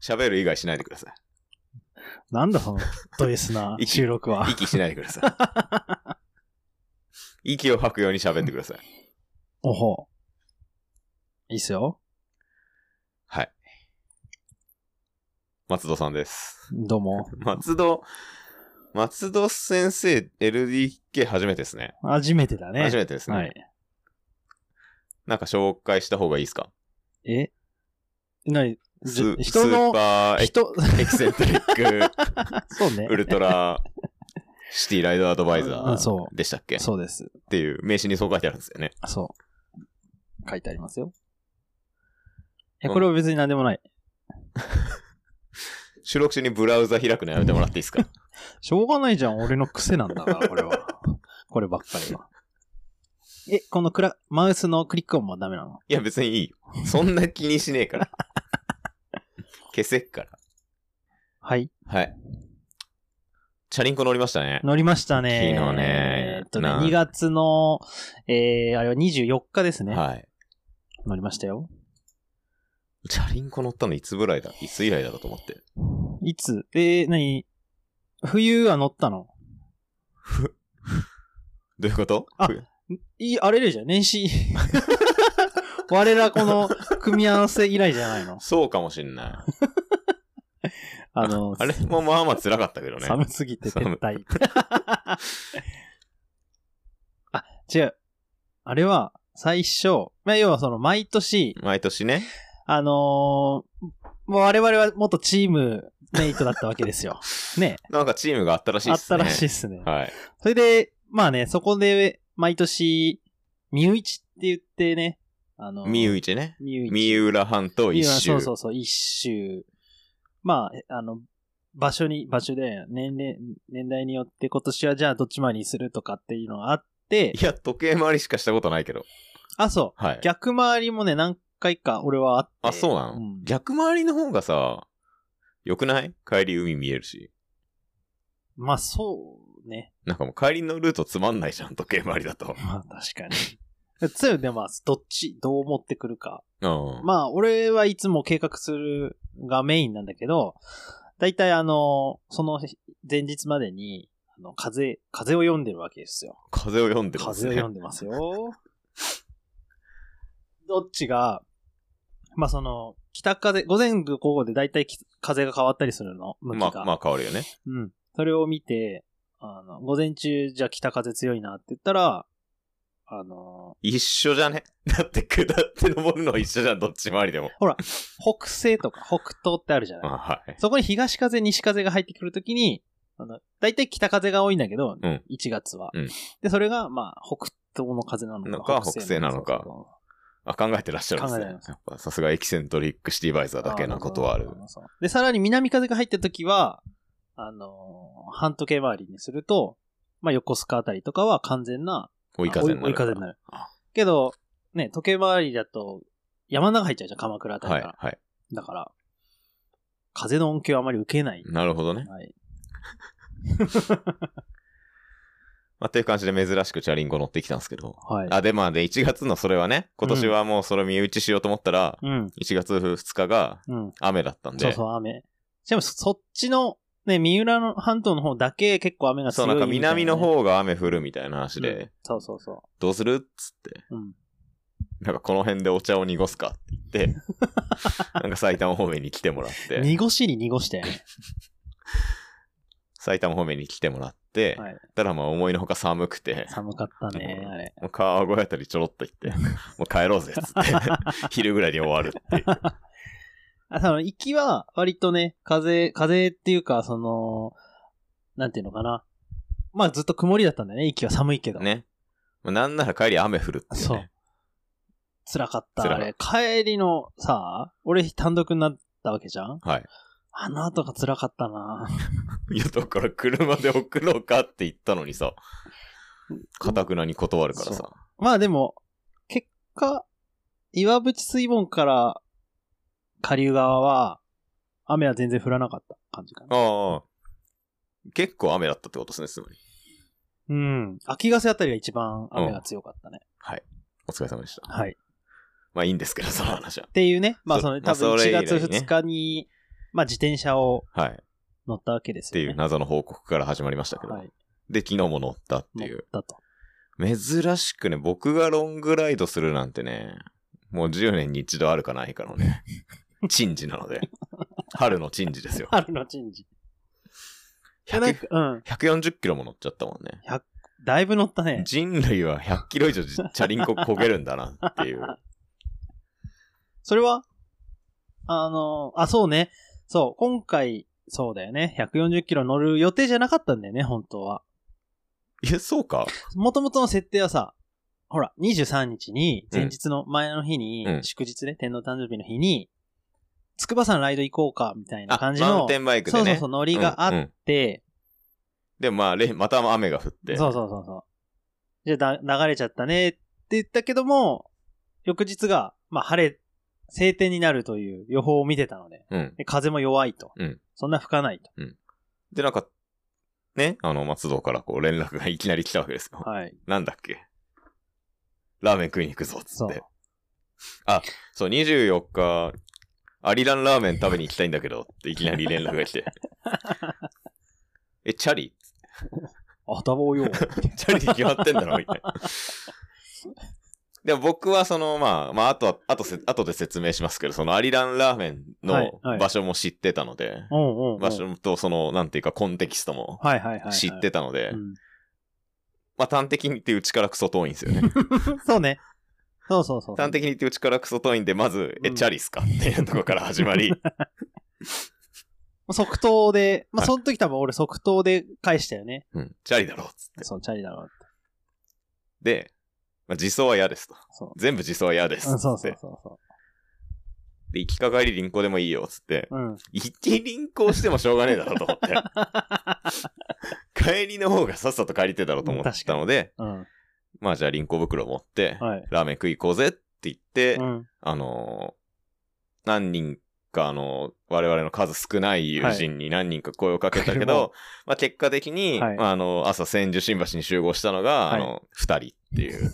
喋る以外しないでくださ。。なんだその、ド S な収録は い息しないでくださ い。息を吐くように喋ってください。おほう。いいっすよ。はい。松戸さんです。どうも。松戸、松戸先生、LDK 初めてですね。初めてだね。初めてですね。はい。なんか紹介した方がいいですかえなにじス人スーの、パーエ人、 エキセントリック、そうねウ。ルトラ、シティライドアドバイザうんそーでしたっけっそうです。ていう名刺にそう書いてあるんですよね。そう。書いてありますよ。いや、これは別に何でもない。収録中にブラウザ開くのやめてもらっていいですかしょうがないじゃん、俺の癖なんだから、これは。 こればっかりは。え、このクラ、マウスのクリック音もダメなのいや別にいいよ。そんな気にしねえ から。消せっから。はい。はい。チャリンコ乗りましたね。乗りましたね。昨日ねえーっとね、な2月の、えー、あれは24日ですね。はい。乗りましたよ。チャリンコ乗ったのいつぐらいだいつ以来だろうと思って。いつえー、何冬は乗ったのどういうことあふいい、あれれじゃん、年始。我らこの組み合わせ以来じゃないのそうかもしんない。あの、 あれもまあまあ辛かったけどね。寒すぎて撤退。 あ、違う。あれは、最初、まあ、要はその、毎年、毎年ね。あのーもう我々は元チームメイトだったわけで すよ。ね。なんかチームがあったらしいあでっすね。たらしいっすね。はい。それで、まあね、そこで、毎年、ミウイチって言ってね、あのー、ミウイチね。ミウイチ。三浦半島一いや周。そうそうそう、一周。まあ、あの、場所に、場所で、年齢、年代によって今年はじゃあどっち回りにするとかっていうのがあって、いや、時計回りしかしたことないけど。あ、そはい。う。逆回りもね、何回か俺はあって。あ、そうなの、ん逆回りの方がさ、良くない帰り海見えるし。まあ、そうね。なんかもう帰りのルートつまんないじゃん、時計回りだと。まあ、確かに。つうで、まあ、どっち、どう持ってくるか。うん。まあ、俺はいつも計画するがメインなんだけど、だいたいあの、その前日までに、あの、風、風を読んでるわけですよ。風を読んでます風ね。を読んでますよ。どっちが、まあその、北風、午前午後で大体き風が変わったりするの、向きまが。あ、まあ変わるよね。うん。それを見て、あの、午前中じゃあ北風強いなって言ったら、あの、一緒じゃねだって下って登るのは一緒じゃん、どっち回りでも。北西とか北東ってあるじゃない。あはい。そこに東風、西風が入ってくるときに、あの、大体北風が多いんだけど、うん1月は、うんで、それが、まあ、北東の風ななんのかか、北西なのかあ、考えてらっしゃるんです考えてねま。やっぱさすがエキセントリックシティバイザーだけなことはあるそう。そうそうそうで、さらに南風が入った時は、あのー半時計回りにすると、まあ、横須賀あたりとかは完全な追い風にな追いるから。風になるあ。けど、ね、時計回りだと、山の中入っちゃうじゃん、鎌倉あたりはかいら。、はい。だから、風の恩恵をあまり受けない。なるほどね。はい。まあ、という感じで珍しくチャリンコ乗ってきたんですけど。はい。あ、で、まあ、で、1月のそれはね、今年はもうそれ身内しようと思ったら、うん、 1月2日がうん。雨だったんで、そうそう、雨。しかも、そそっちの、ね、三浦の半島の方だけ結構雨がそ強う、いなんかみたいなね南の。方が雨降るみたいな話で、うんそうそうそどうするっつって、う。うん。なんかこの辺でお茶を濁すかって 言って、なんか埼玉方面に来てもらって、濁しに 濁して。埼玉方面に来てもらって、はいたらまあ思いのほか寒くて、寒かったね、あれ。もう川越あたりちょろっと行って、もう帰ろうぜっつって、 昼ぐらいに終わるっていう。あ、その、行きは、割とね、風、風っていうか、その、なんていうのかな。まあ、ずっと曇りだったんだよね、行きは寒いけど。。ね。まあなんなら帰り雨降るっていう、ね。そう。辛かった、辛あかれ。帰りの、さ、俺単独になったわけじゃんはい。あの後が辛かったないや、だから車で送ろうかって言ったのにさ、かたくなに断るからさ。まあでも、結果、岩淵水門から、下流側は、雨は全然降らなかった感じかな。ああ。結構雨だったってことですね、つまり。うん。秋ヶ瀬あたりが一番雨が強かったね。はい。お疲れ様でした。はい。まあいいんですけど、その話はっ。ていうね。まあそその、多まあ分それ1以来月ね2日に、まあ自転車をはい。っ乗ったわけですてよ、いね。う謎の報告から始まりましたけど。はい。で、昨日も乗ったって乗っいう。たと。 珍しくね、僕がロングライドするなんてね、もう10年に一度あるかないかの ね、珍事なので。春の珍事ですよ。春の珍事。いや、なん100か、うん。 140キロも乗っちゃったもんね。だいぶ乗ったね。人類は100キロ以上じチャリンコ焦げるんだなって いう。それはあの、あ、そうね。そう、今回、そうだよね。140キロ乗る予定じゃなかったんだよね、本当は。いや、そうか。もともとの設定はさ、ほら、23日に、前日の前の日に、うん祝日ね、天皇誕生日の日に、筑波山ライド行こうか、みたいなあ、マ感じの、ウンテンバイクそでうね。そうそう、乗りがあうんうっんて、でもまあ、れまた雨が降って。そうそうそうそう。じゃあだ、流れちゃったねって言ったけども、翌日が、まあ、晴れ、晴天になるという予報を見てたので、うん。で風も弱いと。うんそんな吹かないと。で、なんか、ね、あの、松戸からこう連絡がいきなり来たわけですよ。 はい。なんだっけラーメン食いに行くぞ、つそっうて。。そう、24日、アリランラーメン食べに行きたいんだけど、っていきなり連絡が来て。え、チャリあたぼうよ。チャリで決まってんだろ、みたいな。でも僕はその、まあ、まあ、あとは、あとせ、あとで説明しますけど、そのアリランラーメンはいのはい場所も知ってたので、うんうん、うん。場所とその、なんていうか、コンテキストもはいはいはい、はい。知ってたので、うんまあ、端的に言ってうちからクソ遠いんですよね。そうね。そうそうそう。端的に言ってうちからクソ遠いんで、まず、え、うんチャリっすかっていうところから始まり、即答で、まはあ、いその時多分俺即答で返した よね。うん、チャリだろ、つって。そう、チャリだろうって。で、まあ、自走は嫌ですと。そ全部自走は嫌です。う。うん、そうつそっうてそうそで、行きかかり輪行でもいいよ、つって。 う。うん。行き輪行してもしょうがねえだろと思 って。帰りの方がさっさと帰りてえだろうと思ってたので、うん。まあじゃあ輪行袋持って、はい。ラーメン食い行こうぜって言って、うん。あのー何人かあのー我々の数少ない友人に何人か声をかけたけど、はいまあ結果的に、はいまああのー朝千住新橋に集合したのが、はいあの、二人っていう。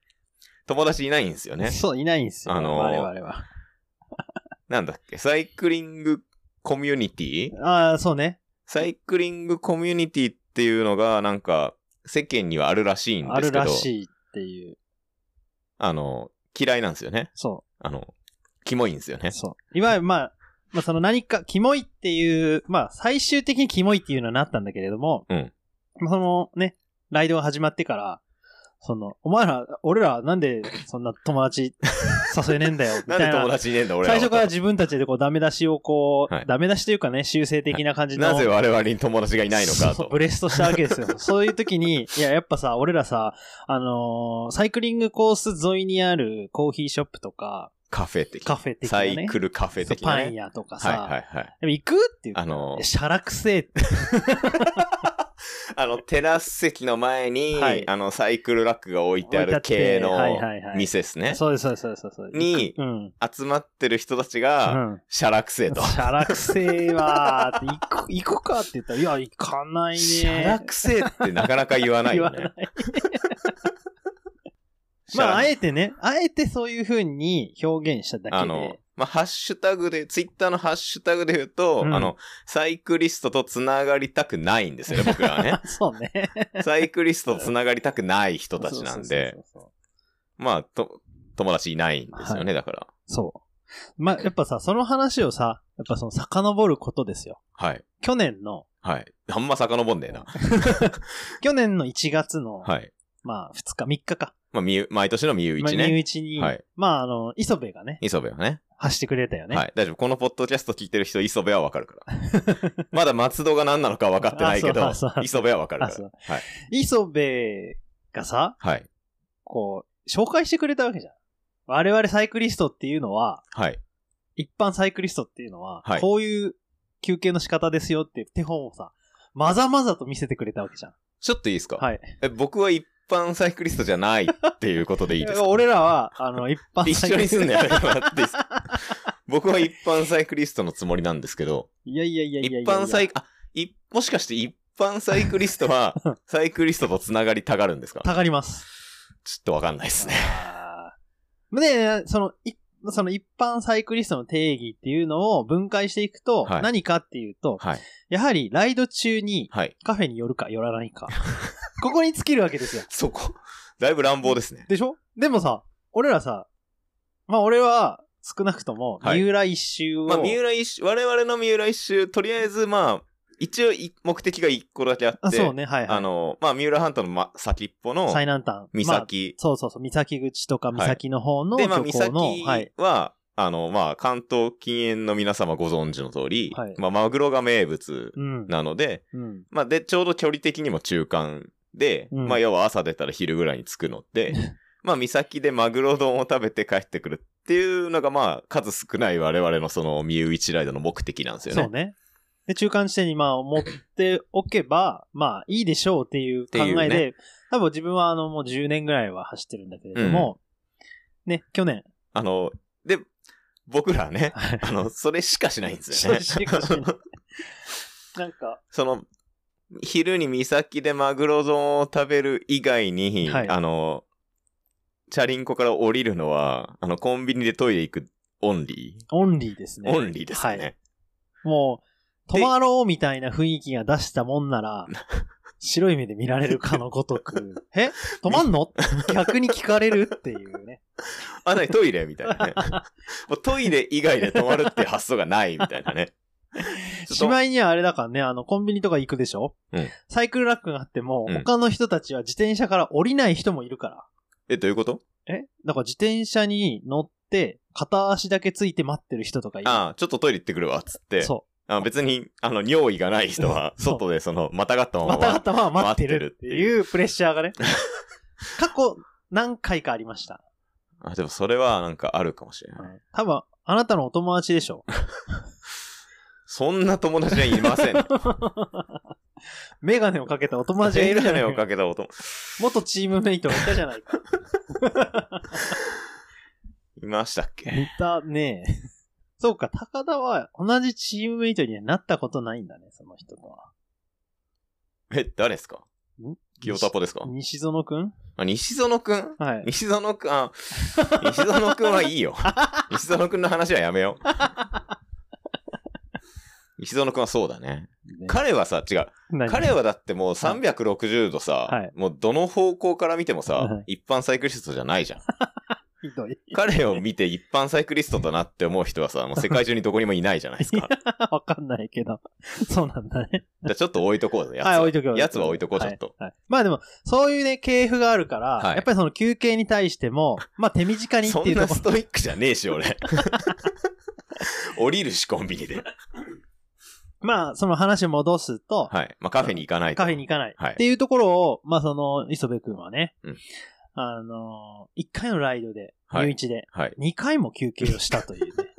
友達いないんですよね。そう、いないんですよ。あのー我々は。なんだっけ、サイクリングコミュニティああ、そうね。サイクリングコミュニティっていうのが、なんか、世間にはあるらしいんあでするけど、らしいっていう。あの、嫌いなんですよね。そあの、キモいんですよねう。。そう。いわゆる、まあ、まあ、その何か、キモいっていう、まあ、最終的にキモいっていうのになったんだけれども、うんまあ。そのね、ライドが始まってから、その、お前ら、俺らなんでそんな友達誘えねえんだよ、みなたいんでな。友達いねえんだ、俺ら最は初から自分たちでこうダメ出しをこう、はいダメ出しというかね、修正的な感じの。なぜ我々に友達がいないのかそうと。ブレストしたわけ ですよ。そういう時に、いや、やっぱさ、俺らさ、あのーサイクリングコース沿いにあるコーヒーショップとか、カフェ的。カフェ的なサね。イクルカフェ的そうな、パね。ン屋とかさ、はいはいはい。でも行くっていう。あのいや、シャラくせえって。あの、テラス席の前に、はいあの、サイクルラックが置いてあ置いてあるって系のはいはいはい店ですね。そうです、そうです、そうですそうです。に行くうん。集まってる人たちが、うん。シャラくせえシと。ャラくせえわーって、行く、 行くかって言ったら、いや、行かないねシャラくせえってなかなか言わないよ言わね。まあ、あ シャラえてね、あえてそういう風に表現しただけで。あの、まあ、ハッシュタグで、ツイッターのハッシュタグで言うと、うん。あの、サイクリストと繋がりたくないんですよね、僕らはね そうね。 サイクリストと繋がりたくない人たちなんでそ、うそうそうそうまあ、と、友達いないんですよね、だから。そう。まあ、やっぱさ、その話をさ、やっぱその遡ることですよ。はい。去年の、はい。あんま遡んねえな。去年の1月の、はい。まあ、2日、3日か。まあ、みゆ、毎年のみゆいちまあ身ね。内に、はいまあ、あの、磯部がね、磯部はね走ってくれたよね。はい。大丈夫。このポッドキャスト聞いてる人、磯部はわかるから。まだ松戸が何なのか分かってないけどあそうあそ、う磯部はわかるかあそら。うはい。磯部がさ、はい。こう、紹介してくれたわけじゃん。我々サイクリストっていうのは、はい。一般サイクリストっていうのは、はいこういう休憩の仕方ですよっていう手本をさ、まざまざと見せてくれたわけじゃん。ちょっといいですかはい。え、僕は一般サイクリストじゃないっていうことでいいですか俺らは、あ の、一般一緒にすんのやめてもらっていいです か僕は一般サイクリストのつもりなんですけど、いやいやいやい一やいや。般サイク、あ、い、もしかして一般サイクリスト は、サイクリストと繋がりたがるんですかちょたがります。っとわかんないですね。あーで、その、いその一般サイクリストの定義っていうのを分解していくと、はい何かっていうと、はい。やはりライド中にはい。カフェに寄るか寄らない か。ここに尽きるわけですよ。そこ、だいぶ乱暴ですね。でしょでもさ、俺らさ、まあ俺は少なくとも、はい三浦一周を、まあ、三浦一周、我々の三浦一周、とりあえず、まあ、一応い目的が一個だけあって、あそうね、はいはい。あの、まあ、三浦半島の、ま、先っぽの、最南端。三まあ崎。そうそうそう、三崎口とかい三崎の方ので、漁まあ、三港崎の、はい。は、あの、まあ、関東近縁の皆様ご存知の通り、はいまあ、マグロが名物うん。なので、うん。まあ、で、ちょうど距離的にも中間で、うんまあ、要は朝出たら昼ぐらいに着くの で、まあ、三崎でマグロ丼を食べて帰ってくるっていうのが、まあ、数少ない我々のその、ミューイチライドの目的なんですよね。そうね。で、中間地点にまあ持っておけば、まあいいでしょうっていう考っていえうで、ね多分自分はあのもう10年ぐらいは走ってるんだけれども、ね、去年、あの、で、僕らはね、はいあの、それしかしないんですよね。 そうしかしないなんか、その、昼に三崎でマグロ丼を食べる以外に、はいあの、チャリンコから降りるのは、あの、コンビニでトイレ行くオンリオンリーですー。ね。オンリーですよね。はい。もう、で泊まろうみたいな雰囲気が出したもんなら、白い目で見られるかのごと く、え泊まんの逆に聞かれるっていうね。あ、なにトイレみたい なね。もうトイレ以外で泊まるっていう発想がないみたいなね。しまいにはあれだからね、あの、コンビニとか行くでしょうんサイクルラックがあっても、うん他の人たちは自転車から降りない人もいるかえ、どういうことら。えだから自転車に乗って、片足だけついて待ってる人とかいる。ああ、ちょっとトイレ行ってくるわ、つって。そあ別に、あの、尿意がない人は、 そう外でその、またがったう。まま。またがったまま待って待るっっててるっていいうプレッシャーがね。過去何回かありました。あ、でもそれはなんかあるかもしれない。多分、あなたのお友達でしょそんな友達はいませ ん。メガネをかけたお友達がいメるじガゃないネをか。かけた音、元チームメイトがいたじゃな いか。いましたっけいたねえ。そうか、高田は同じチームメイトにはなったことないんだね、その人とは。え、誰ですかん清田ポですか西園くんあ、西園くんはい。西園くん、あ、西園くんはいい よ。西園くんの話はやめよう。西園くんはそうだね。ね彼はさ、違う。何彼はだってもう360度さ、はいもうどの方向から見てもさ、は一般サイクリストじゃないじ ゃん。ひどい。彼を見て一般サイクリストだなって思う人はさ、もう世界中にどこにもいないじゃないですか。 わかんないけど。そうなんだね。じゃあちょっと置いとこうぜ。やつはい、置いとこう。やつは置いとこう、ちょっと。はい。はいまあでも、そういうね、系譜があるから、はいやっぱりその休憩に対して も、まあ手短にってそいんうとなこストイックじゃねえし、 俺。降りるし、コンビニで。ろ。まあ、その話を戻すと、はい。まあ、カフェに行かないと。カフェに行かない。はいっていうところを、まあその、磯部くんはね、うんあのー、1回のライドで、はい入一で、はい。 2回も休憩をした というね。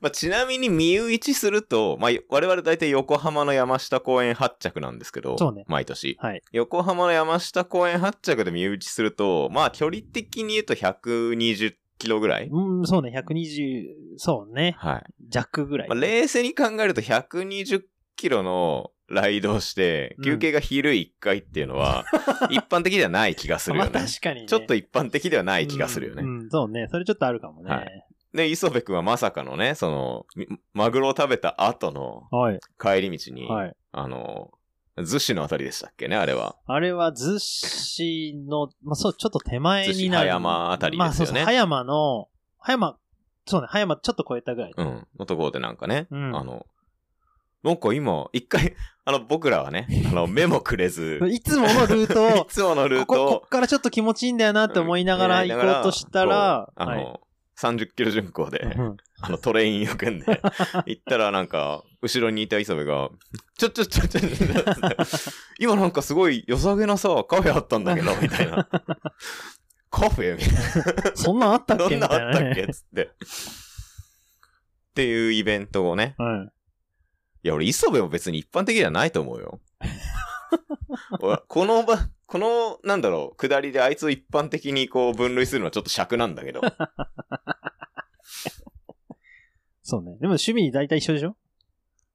まあ、ちなみに、身内すると、まあ、我々大体横浜の山下公園発着なんですけど、そうね毎年。はい。横浜の山下公園発着で身内すると、まあ、距離的に言うと120キロぐらい、うん、そうね、120、そうね、はい。弱ぐらい。まあ、冷静に考えると120キロのライドをしてう、ん休憩が昼1回っていうの は、一般的ではない気がするよまあね。確かにね。ちょっとい一般的ではない気がするよね。うん、うんそうね。それちょっとあるかもね。ははいい。で、磯部君はまさかのね、その、みマグロを食べた後のはい。帰り道に、あの、逗子のあたりでしたっけね、あれは。あれは、逗子の、まあ、そう、ちょっと手前になる。逗子葉山あたりですよねまあ、そうそう。葉山の、葉山、そうね、葉山ちょっと超えたぐらい。うん。のところでなんかね、うんあの、なんか今、一回、あの、僕らはね、あの、目もくれず、いつものルートいを、つも のルーここ、トこをっ、からちょっと気持ちいいんだよなって思いながら行こうとしたら、こうあはいの、30キロ巡航でう、んあの、トレインを組んで、行ったらなんか、後ろにいた磯部が、ちょ、ちょ、ちょ、ちょ、ちょちょ今なんかすごい良さげなさ、カフェあったんだけど、みたいな。カフェみたいな。そんなんあ ったっどけんみなたいあったなっけね。つって。っていうイベントをね。うん。いや、俺、磯部も別に一般的じゃないと思う よ。俺この場、この、なんだろう、下りであいつを一般的にこう分類するのはちょっと尺なん だけど。そうね。でも趣味大体一緒でしょ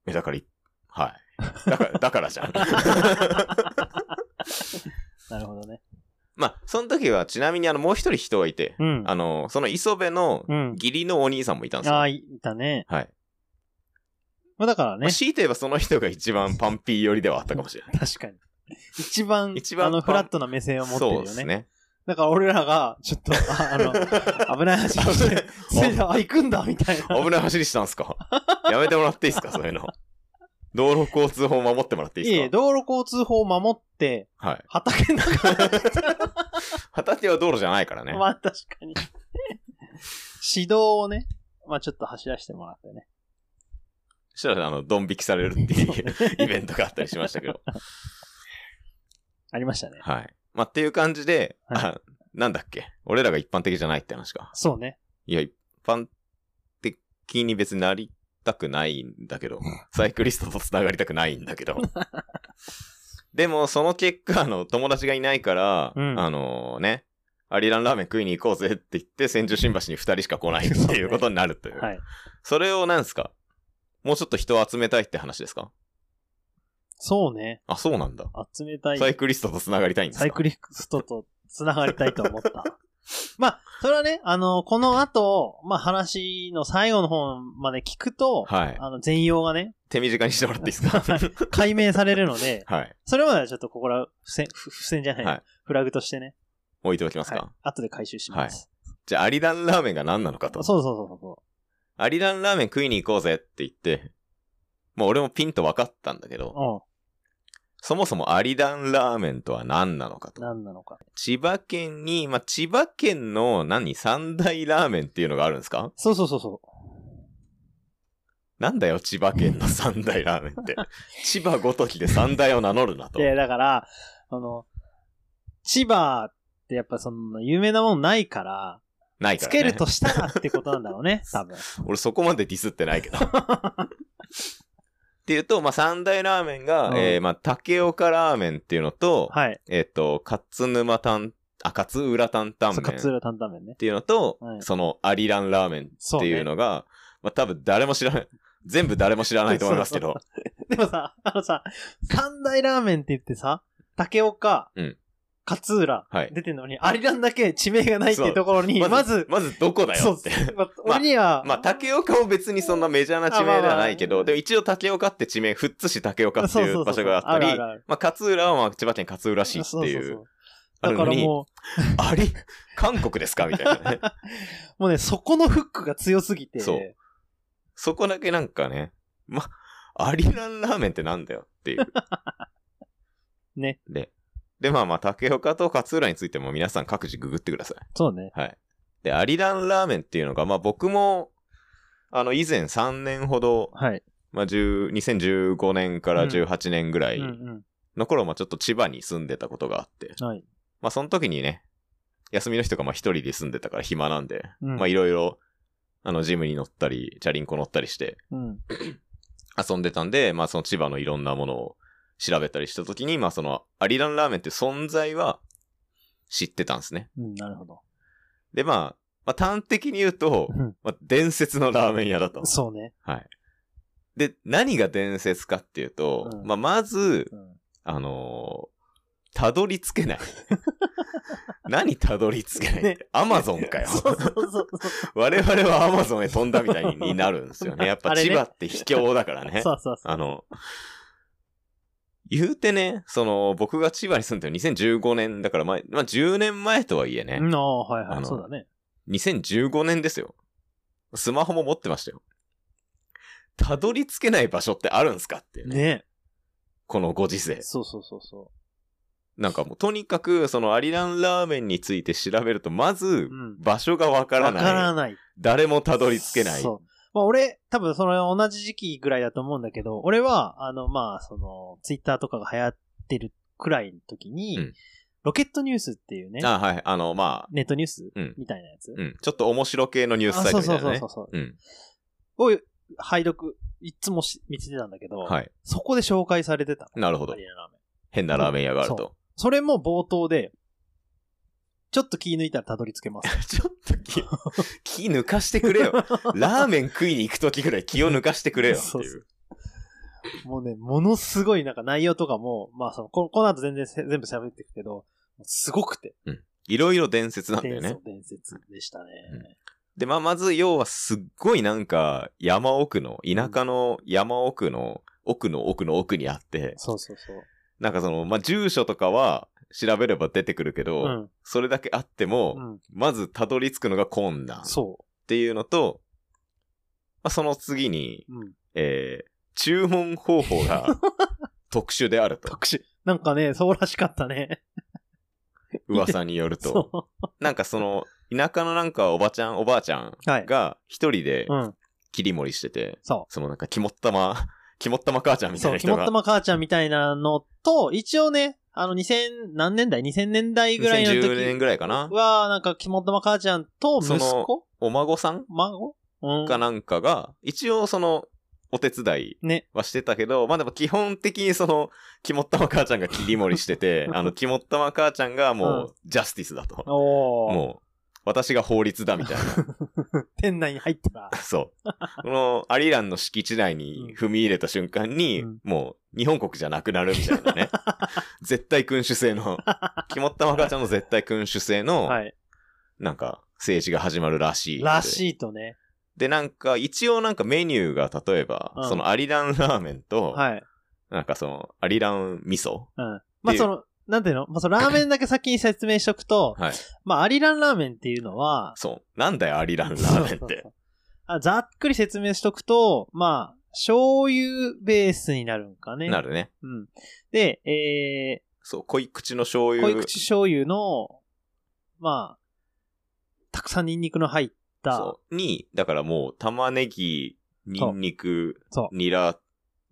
え、だからい、はい。だから、だからじゃん。なるほどね。 まあ、その時はちなみにあの、もう一人人がいて、うん。あの、その磯部のうん。義理のお兄さんもいたんですよ。あはあ、い。いたね。まあだからまあね。強いて言えばその人が一番パンピー寄りではあったかもしれない。 確かに。一番、一番あの、フラットな目線を持ってるそようね。です ね。だから俺らが、ち ょっと、ああの、危ない話して、ついて、あ、行くんだみたいな。危ない走りしたんすかやめてもらっていいですかそういうの。道路交通法守ってもらっていいいえいでえ、すか道路交通法を守って、はい。畑の中畑は道路じゃないからね。まあ確かに。指導をね、まあちょっと走らせてもらってね。そしたら、あの、ドン引きされるっていうイベントがあったりしましたけど。ありましたね。はい。まあ、っていう感じで、はいあ、なんだっけ俺らが一般的じゃないって話か。そうね。いや、一般的に別になりたくないんだけど、サイクリストと繋がりたくないんだけ ど。でも、その結果、あの、友達がいないから、うんあのね、アリランラーメン食いに行こうぜって言って、千住新橋に二人しか来ないっていうことになるという。はい。それをなんですかもうちょっと人を集めたいって話ですかそうね。あ、そうなんだ。集めたい。サイクリストと繋がりたいんですかサイクリストと繋がりたいと思った。 まあ、それはね、あの、この後、まあ話の最後の方まで聞くと、はいあの、全容がね、手短にしてもらっていい ですか解明されるの で、はい。それまではちょっとここら、付箋、ふ付箋じゃない、はいフラグとしてね、置いておきますか。はい、後で回収します。じゃあ、アリランラーメンが何なのかと。そうそうそうそアリランラーメン食いに行こうぜって言って、もう俺もピンと分かったんだけう。ど、うそもそもアリランラーメンとは何なのかん。と。何なのか。千葉県に、まあ、千葉県の何三大ラーメンっていうのがあるんですかそうそうそうそう。なんだよ、千葉県の三大ラーメンって。千葉ごときで三大を名乗るなと。で、だから、あの、千葉ってやっぱその、有名なものないから、ないかつら、ね。けるとしたらってことなんだろうね、多分。俺 そこまでディスって ないけど。っていうと、まあ、三大ラーメンが、うんえーまあ、竹岡ラーメンっていうのと、はい。えっ、と、勝沼担、あ、勝浦担々そう、麺勝っ浦担々麺ね。ていうのと、はいそのアリランラーメンっていうのが、まあ、多分誰も知らない、 全部誰も知らないと思いますけど、でもさ、あのさ、三大ラーメンって言ってさ、竹岡、うん勝浦、はい出てんのに、アリランだけ地名がないっていうところに、まず、まずどこだそようって。ま俺に は、まあ、竹岡も別にそんなメジャーな地名ではないけあまど、あまあでも一応竹岡って地名、富津市竹岡ってそういそううそ場うそ所うがあったり、あるあるあるまあ、勝浦はまあ千葉県勝浦市ってそういそうう、そうあだるかのらに、もあり韓国ですかみたいなね。う、もうね、そこのフックが強すぎて、そうそこだけなんかね、ま、アリランラーメンってなんだよっていう。 ね。で、で、まあまあ、竹岡と勝浦についても皆さん各自ググってください。そうね。はい。で、アリランラーメンっていうのが、まあ僕も、あの、以前3年ほど、はい。まあ10、2015年から18年ぐらいうんの頃、まあちょっと千葉に住んでたことがあって、うん。はい。まあその時にね、休みの日とかまあ一人で住んでたから暇なんで、うんまあいろいろ、あの、ジムに乗ったり、チャリンコ乗ったりして、うん。遊んでたんで、まあその千葉のいろんなものを調べたりしたときに、まあそのアリランラーメンっていう存在は知ってたんですね。うん、なるほど。で、まあ、まあ端的に言うと、うんまあ伝説のラーメン屋だったんです。そうね。はい。で、何が伝説かっていうと、うんまあまずう、ん。あのーたどり着 けない。何たどり着けないっねて。アマゾンかよ。 そうそうそう我々はアマゾンへ飛んだみたいになるんですよね。やっぱあれね千葉って卑怯だから ね。そう。そうそうそう。あの、言うてね、その、僕が千葉に住んでる2015年だから前、まあ10年前とはいえねう、ん、ああ、はいはあい。のそうだね。 2015年ですよ。スマホも持ってましたよ。たどり着けない場所ってあるんすかっていうね。ねこのご時世。そうそうそうそなんかもう、とにかく、そのアリランラーメンについて調べると、まずうん、場所がわう。からない。わからない。誰もたどり着けない。そう。まあ俺、多分その同じ時期ぐらいだと思うんだけど、俺は、あの、まあ、その、ツイッターとかが流行ってるくらいの時に、うんロケットニュースっていうね、あ、はい。あの、まあ、ネットニュース、うんみたいなやつ。うん。ちょっと面白系のニュースあサイトそうみたそいうなね。そうそうそう。うん。を、拝読、いつもし見てたんだけど、はい。そこで紹介されてたの。なるほどアリ。アラーメン変なラーメン屋があるそと。それも冒頭で、ちょっと気抜いたらたどり着けます。ちょっと 気、気抜かしてくれよ。ラーメン食いに行くときぐらい気を抜かしてくれよってそうい。そうもうね、ものすごいなんか内容とかも、まあその、ここの後全然せ全部喋っていくけど、すごくて。いろいろ伝説なんだよ伝ね説。伝説でしたね。で、まあ、まず、要は、すっごいなんか、山奥の、田舎の山奥の、奥の奥の奥にあって、そうそうそう。なんかその、まあ、住所とかは、調べれば出てくるけど、うん。それだけあっても、うん。まずたどり着くのが困難っそていうのと、まあ、その次に、う。うん。えー注文方法 が特殊であると、特殊。なんかね、そうらしかったね。噂によると。そなんかその、田舎のなんかおばちゃんおばあちゃんう。 はい。が一人でうん。切り盛りしてて、そそのなんか肝っ玉、 肝っ玉母ちゃんう。みたいそう、なひ人もがっ、とま母ちゃんみたいなのと、一応ね、あの、2000、何年代 ?2000 年代ぐらいの時2010年ぐらいかなは、なんか、肝っ玉母ちゃんと息そ子お孫さん孫うん。かなんかが、一応その、お手伝いね。、はしてたけど、まあでも基本的にその、肝ったま母ちゃんが切り盛りしてて あの、肝ったま母ちゃんがもうんう、ジャスティスだと。おー。もう、私が法律だみたい店内に入ったらな。。 そう。この、アリランの敷地内に踏み入れた瞬間に、うんもう、日本国じゃなくなるみたいな ね。絶対君主制の、肝ったま母ちゃんの絶対君主制の、はい。なんか、政治が始まるらしい。らしいとね。で、なんか、一応なんかメニューが、例えば、うんそのアリランラーメンと、はい。なんかその、アリラン味噌うん。まあ、その、なんていうのまあ、そのラーメンだけ先に説明しとく と、 はい。まあ、アリランラーメンっていうのは、そう。なんだよ、アリランラーメンそっうそうてそ。うあざっくり説明しとくと、まあ、醤油ベースになるんかね。な。るね。うん。で、えそう、濃い口の醤ー、油。濃い口醤油の、まあ、たくさんニンニクの入った、そうに、だからもう、玉ねぎ、ニンニクそう、ニラっ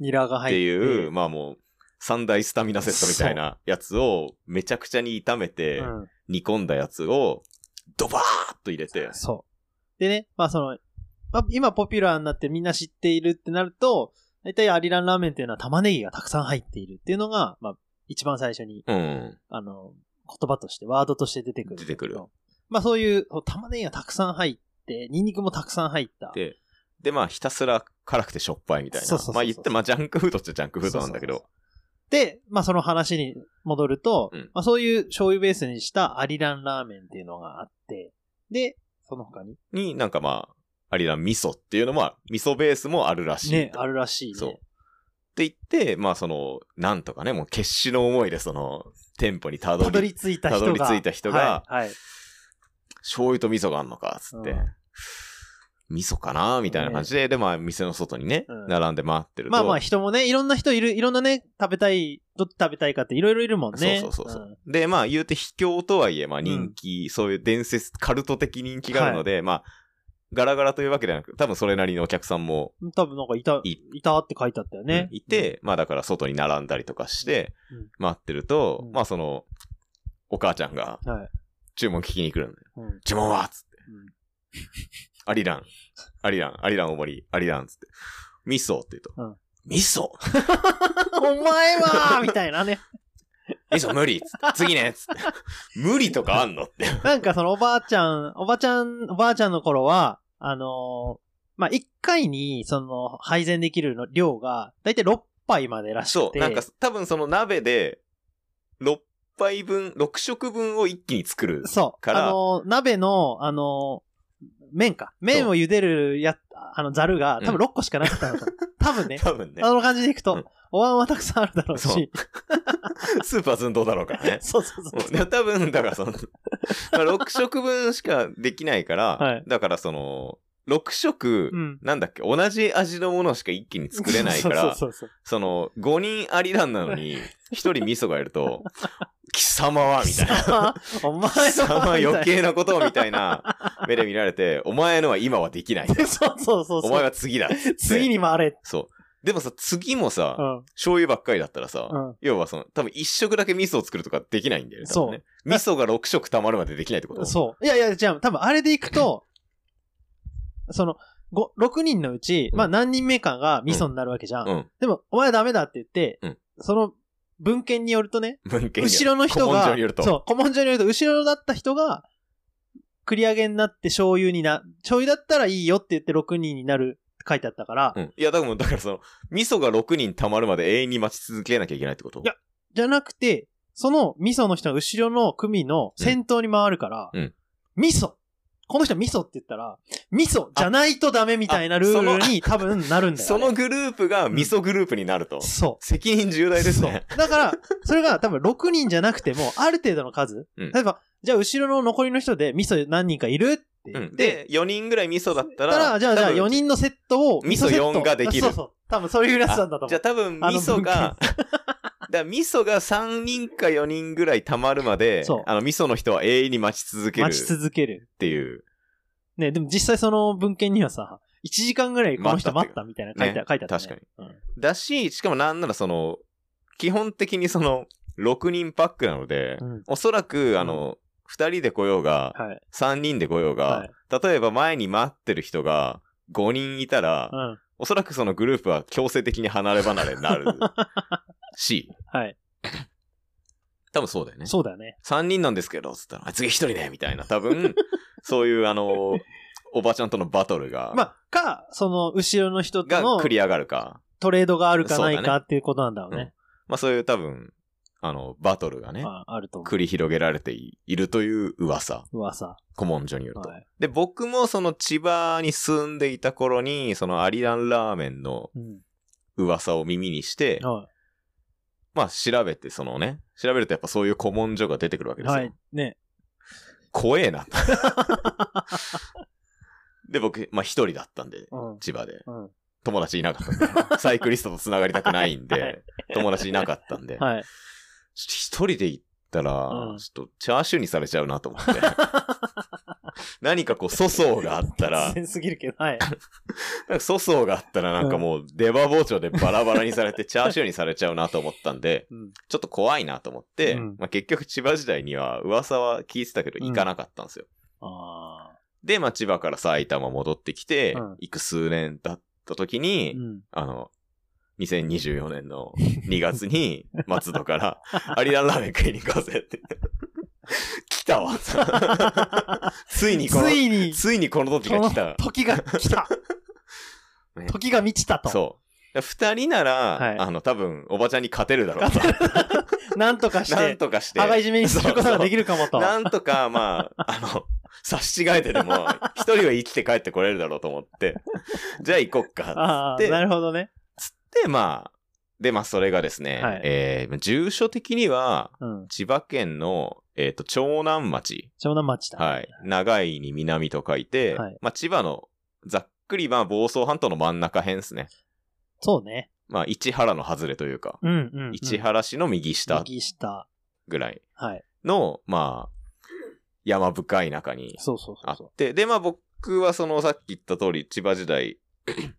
ニラが入ってていう、まあもう、三大スタミナセットみたいなやつを、めちゃくちゃに炒めて、うん煮込んだやつを、ドバーっと入れて、そう。でね、まあその、まあ、今ポピュラーになってみんな知っているってなると、大体アリランラーメンっていうのは玉ねぎがたくさん入っているっていうのが、まあ、一番最初に、うん。あの、言葉として、ワードとして出てくる。出てくる。まあそういう、こう玉ねぎがたくさん入って、ニンニクもたくさん入った。で、で、まあ、ひたすら辛くてしょっぱいみたいなそうそうそうそ。うまあ言って、まあ、ジャンクフードっちゃジャンクフードなんだけそうどそ、で、まあその話に戻ると、うんまあそういう醤油ベースにしたアリランラーメンっていうのがあって、で、その他にになんかまあ、アリラン味噌っていうのは、味噌ベースもあるらしい。ね、あるらしいね。そう。って言って、まあその、なんとかね、もう決死の思いでその、店舗にたどたり、どり着いた人が。たどり着いた人がはいはい醤油と味噌があんのか、つって。うん味噌かなみたいな感じで、で、まあ、店の外にね、うん並んで回ってると。まあまあ人もね、いろんな人いる、いろんなね、食べたい、どっち食べたいかっていろいろいるもんね。そうそうそうそう、で、まあ、言うて秘境とはいえ、まあ、人気、そういう伝説、カルト的人気があるので、まあ、ガラガラというわけではなく、多分それなりのお客さんもうん。多分なんかいた、いいたって書いてあったよね。いて、まあだから外に並んだりとかしてうん、待ってると、うんまあその、お母ちゃんがうん。はい。注文聞きに来るんだよ。う ん。注文はつって。うんアリラン。アリラン、アリランおもり、アリランつって。味噌って言うと。うん味噌お前はみたいなね。味噌無理っつって。次ねっつ って。無理とかあ んのって。なんかそのおばあちゃん、おばちゃん、おばあちゃんの頃は、あのーまあ、一回に、その、配膳できるの量が、だいたい6杯までらしくそて。う。なんか多分その鍋で、6杯分、6食分を一気に作る。そう。からあの、鍋の、あの、麺か。麺を茹でるや、あの、ざるが、多分う6個しかな かったのかな。多分ね。多分ねあ。の感じでいくと、うんお椀はたくさんあるだろうそうし。スーパー寸胴だろうからね。そうそうそううんでも多分、だからその、 まあ6食分しかできないから、はいだからその、6食、うんなんだっけ、同じ味のものしか一気に作れないから、そそうそうそうの、5人アリランなのに、1人味噌がいる と、貴様はみたいな。そう。お前貴様はは余計なことをみたいな目で見られて、お前のは今はできない。計。そうそうそう。お前は次だ。次に回れ。そう。でもさ、次もさ、うん。醤油ばっかりだったらさ、うん要はその、多分一食だけ味噌を作るとかできないんだよね。多分ね味噌が6食溜まるまでできないってことそう。いやいや、じゃあ、多分あれでいくと、その、ご6人のうち、うんまあ何人目かが味噌になるわけじゃん。うん。でも、お前はダメだって言って、うんその文献によるとね、文献に後ろの人古文が書による、と。そう、古文書によると、後ろだった人が、繰り上げになって醤油にな、醤油だったらいいよって言って6人になるって書いてあったから、うん。いや、だからもう、だからその、味噌が6人溜まるまで永遠に待ち続けなきゃいけないってこといやじゃなくて、そのミソの人が後ろの組の先頭に回るから、うんうんミソこの人ミソって言ったら、ミソじゃないとダメみたいなルールに多分なるんだよ、ね。そのグループがミソグループになると。そう。責任重大ですね。そうだから、それが多分6人じゃなくても、ある程度の数。うん例えば、じゃあ後ろの残りの人でミソ何人かいるってう言っん、で、て、4人ぐらいミソだったたら、ら、じゃあ、じゃあ多分4人のセットを、ミソセット4ができるそうそう。多分そういうやつなんだと思う。じゃあ多分あ味の噌が、だから味噌が3人か4人ぐらい溜まるまでそう、あの味噌の人は永遠に待ち続ける待ちっ続ける。ていう。ね、でも実際その文献にはさ、1時間ぐらいこの人待待っったみたいな書いてあ、ね書いてあった、ね。確かに。だし、しかもなんならその、基本的にその、6人パックなので、うんおそらく、あの、2人で来ようが、はい。 3人で来ようが、はい例えば前に待ってる人が5人いたら、うん。おそらくそのグループは強制的に離れ離れにな るし、はい。多分そうだよね。そうだよね。 3人なんですけど、つったら、あ次1人でみたいな、多分、そういう、あの、おばちゃんとのバトルが、まあ、か、その、後ろの人とがの繰り上がるか、トレードがあるかないそうだかっていうことなんだろうね。まあそういう多分、あの、バトルがね、まあ、あると思う。繰り広げられていいるという噂、噂。古文書によると。はい。で、僕もその千葉に住んでいた頃に、そのアリランラーメンのうん。噂を耳にして、はい。まあ調べて、そのね、調べるとやっぱそういう古文書が出てくるわけですよ。はい。ね。怖えな。 で、僕、まあ一人だったんで、うん。千葉で。うん。友達いなかったんで、サイクリストと繋がりたくないんで、はい友達いなかったんで、はい。ちょっと一人で行ったら、うんちょっとチャーシューにされちゃうなと思って。 何かこう、粗相があったら、突然すぎるけど、 はい。なんか粗相があったらなんかもう、出刃包丁でバラバラにされて、チャーシューにされちゃうなと思ったんで、うん。ちょっと怖いなと思って、うんまあ、結局千葉時代には噂は聞いてたけど、行かなかったんですよ。ああ。で、まあ、千葉から埼玉戻ってきて、うん行く数年経った時に、うん。あの、2024年の2月に、松戸から、アリランラーメン食いに行こうぜって。来たわ。ついにこのつ、いに、ついにこの時が来た。時が来た ね時が満ちたと。そう。二人なら、はいあの、多分、おばちゃんに勝てるだろうと。なんとかしなんて、とかして。羽がいじめにすることができるかもと。なんとか、まあ、あの、差し違えてでも、一人は生きて帰ってこれるだろうと思って、じゃあ行こっか。ああ、でなるほどね。で、まあ、で、まあ、それがですね、はいえー住所的には、うん。千葉県の、えっ、と、長南町。湘南町だ。はい。長いに南と書いて、はいまあ、千葉の、ざっくり、まあ、房総半島の真ん中辺ですね。そうね。まあ、市原の外れというか、うんうん、うん。市原市の右下右下。ぐらいはい。の、まあ、山深い中にそうそうそあうっそて、で、まあ、僕はその、さっき言った通り、千葉時代、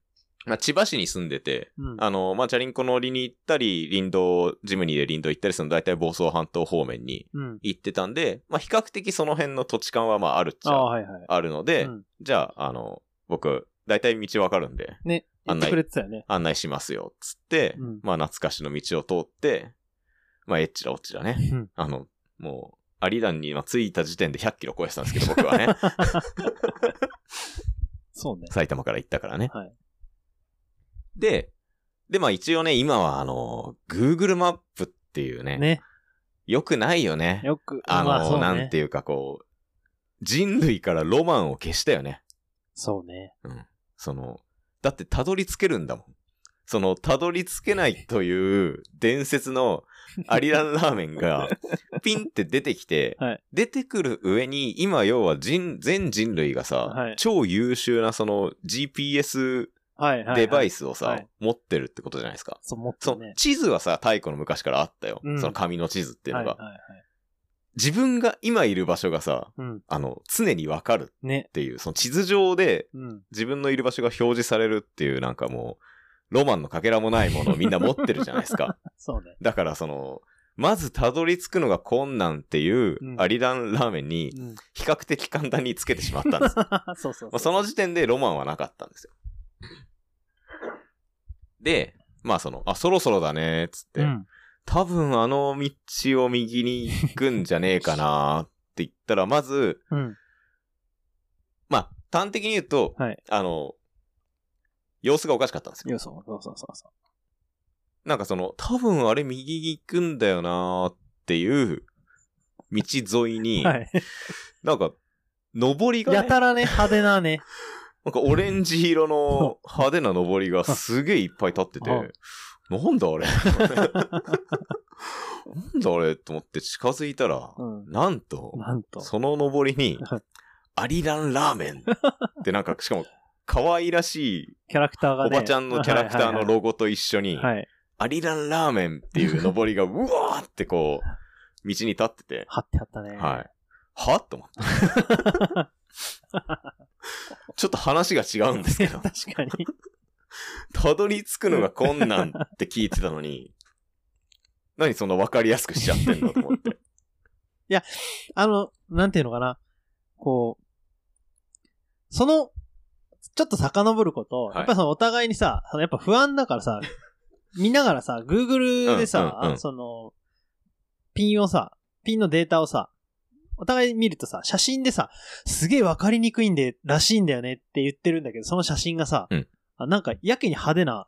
まあ、千葉市に住んでて、う。うん。あの、まあ、チャリンコ乗りに行ったり、林道、ジムニーで林道行ったりするの、大体房総半島方面にうん。行ってたんで、まあ、比較的その辺の土地感はまああるっちああ、ゃはいはい。あるので、うんじゃあ、あの、僕、大体道わかるんで、ね、言案って内くれてたよね。案内しますよ、つって、うんまあ、懐かしの道を通って、まあ、えっちらおっちらね、うんあの、もう、アリダンに今着いた時点で100キロ超えてたんです けど、僕はね、そうね。埼玉から行ったからね。はいで、で、まあ一応ね、今はあの、Google マップっていうね、ね。よくないよね。よく、あの、まそうねなんていうかこう、人類からロマンを消したよね。そうね。その、だってたどり着けるんだもん。その、たどり着けないという伝説のアリランラーメンが、 ピンって出てきて、はい出てくる上に、今要は人、全人類がさ、はい超優秀なその GPS はいはい。デバイス。スをさ、はい持ってるってことじゃないですか。そう、持ってそるのね。地図はさ、太古の昔からあったよ。うんその紙の地図っていうのが、はいはいはい。自分が今いる場所がさ、うん。あの、常にわかるねっ。ていう、その地図上でうん。自分のいる場所が表示されるっていう、なんかもう、ロマンのかけらもないものをみんな持ってるじゃないです か。そうね。だからその、まずたどり着くのが困難っていうう、んアリランラーメンにうん。比較的簡単につけてしまった んです。まそうそうあそう。 その時点でロマンはなかったんですよ。で、まあその、あ、そろそろだね、つって、うん。多分あの道を右に行くんじゃねえかなって言ったら、まず、うん。まあ、端的に言うと、はいあの、様子がおかしかったんですよい。やそうそうそうそうそなんかその、多分あれ右に行くんだよなーっっていう道沿いに、はい。なんか、上りが、やね、たらね、派手なね。なんかオレンジ色の派手な上りがすげえいっぱい立ってて、うんなんだあれなんだあれと思って近づいたら、うん。なんと、なんと。その上りにはい、アリランラーメンってなんか、しかも、可愛らしいキャラクターがおね。ばちゃんのキャラクターのロゴと一緒に、はい。アリランラーメンっていう上りが、うわーってこう、道に立ってて、貼ってあったね。はい。はと思って。 ちょっと話が違うんですけど、確かに。たどり着くのが困難って聞いてたのに、何そんな分かりやすくしちゃってんのと思 って。あの、なんていうのかな。こう、その、ちょっと遡ること、はいやっぱそのお互いにさ、そのやっぱ不安だか らさ、見ながらさ、Google でさ、うんうんうんその、ピンをさ、ピンのデータをさ、お互い見るとさ、写真でさ、すげえわかりにくいんで、らしいんだよねって言ってるんだけど、その写真がさ、うんあなんかやけに派手な、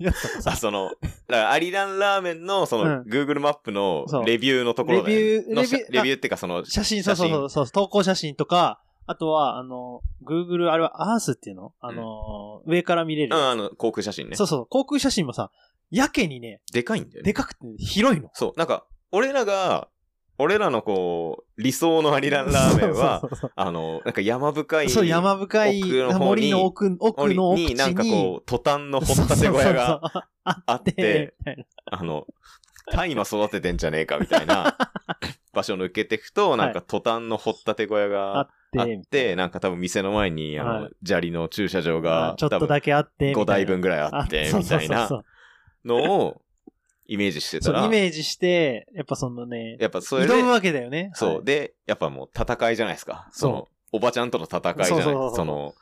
やつだったあ、さ、その、だからアリランラーメンの、その、うん Google マップのそうレビューのところで、レビューのレビューレビューっていうか、その、写真、そ写うそうそうそう、投稿写真とか、あとは、あの、Google、あれはアースっていうのあの、上から見れるう。ん、あの、航空写真ねそ。うそう、航空写真もさ、やけにね、でかいんだよねで。かくて広いの。そう、なんか、俺らが、俺らのこう、理想のアリランラーメンは、そうそうそうあの、なんか山深い、そう、山深い奥の方に森の奥、奥の奥地に、に、なんかこう、トタンの掘ったて小屋がそうそうそうそうあっあってて、、みたいなあの、大麻育ててんじゃねえかみたい な場所抜けてくと、なんかトタンの掘ったて小屋あがあっでて、なんか多分店の前に、あの、はい砂利の駐車場あが、ちょっと多分だけあって、 5台分みぐらいあって、みたいなそうそうそうのをイメージしてそたうそう、イら、メージして、やっぱそのね、やっぱそれで挑、むわけだよね。そはう。い。で、やっぱもう戦いじゃないですか。そのそ、おばちゃんとの戦いじゃそうないそうそうそうその、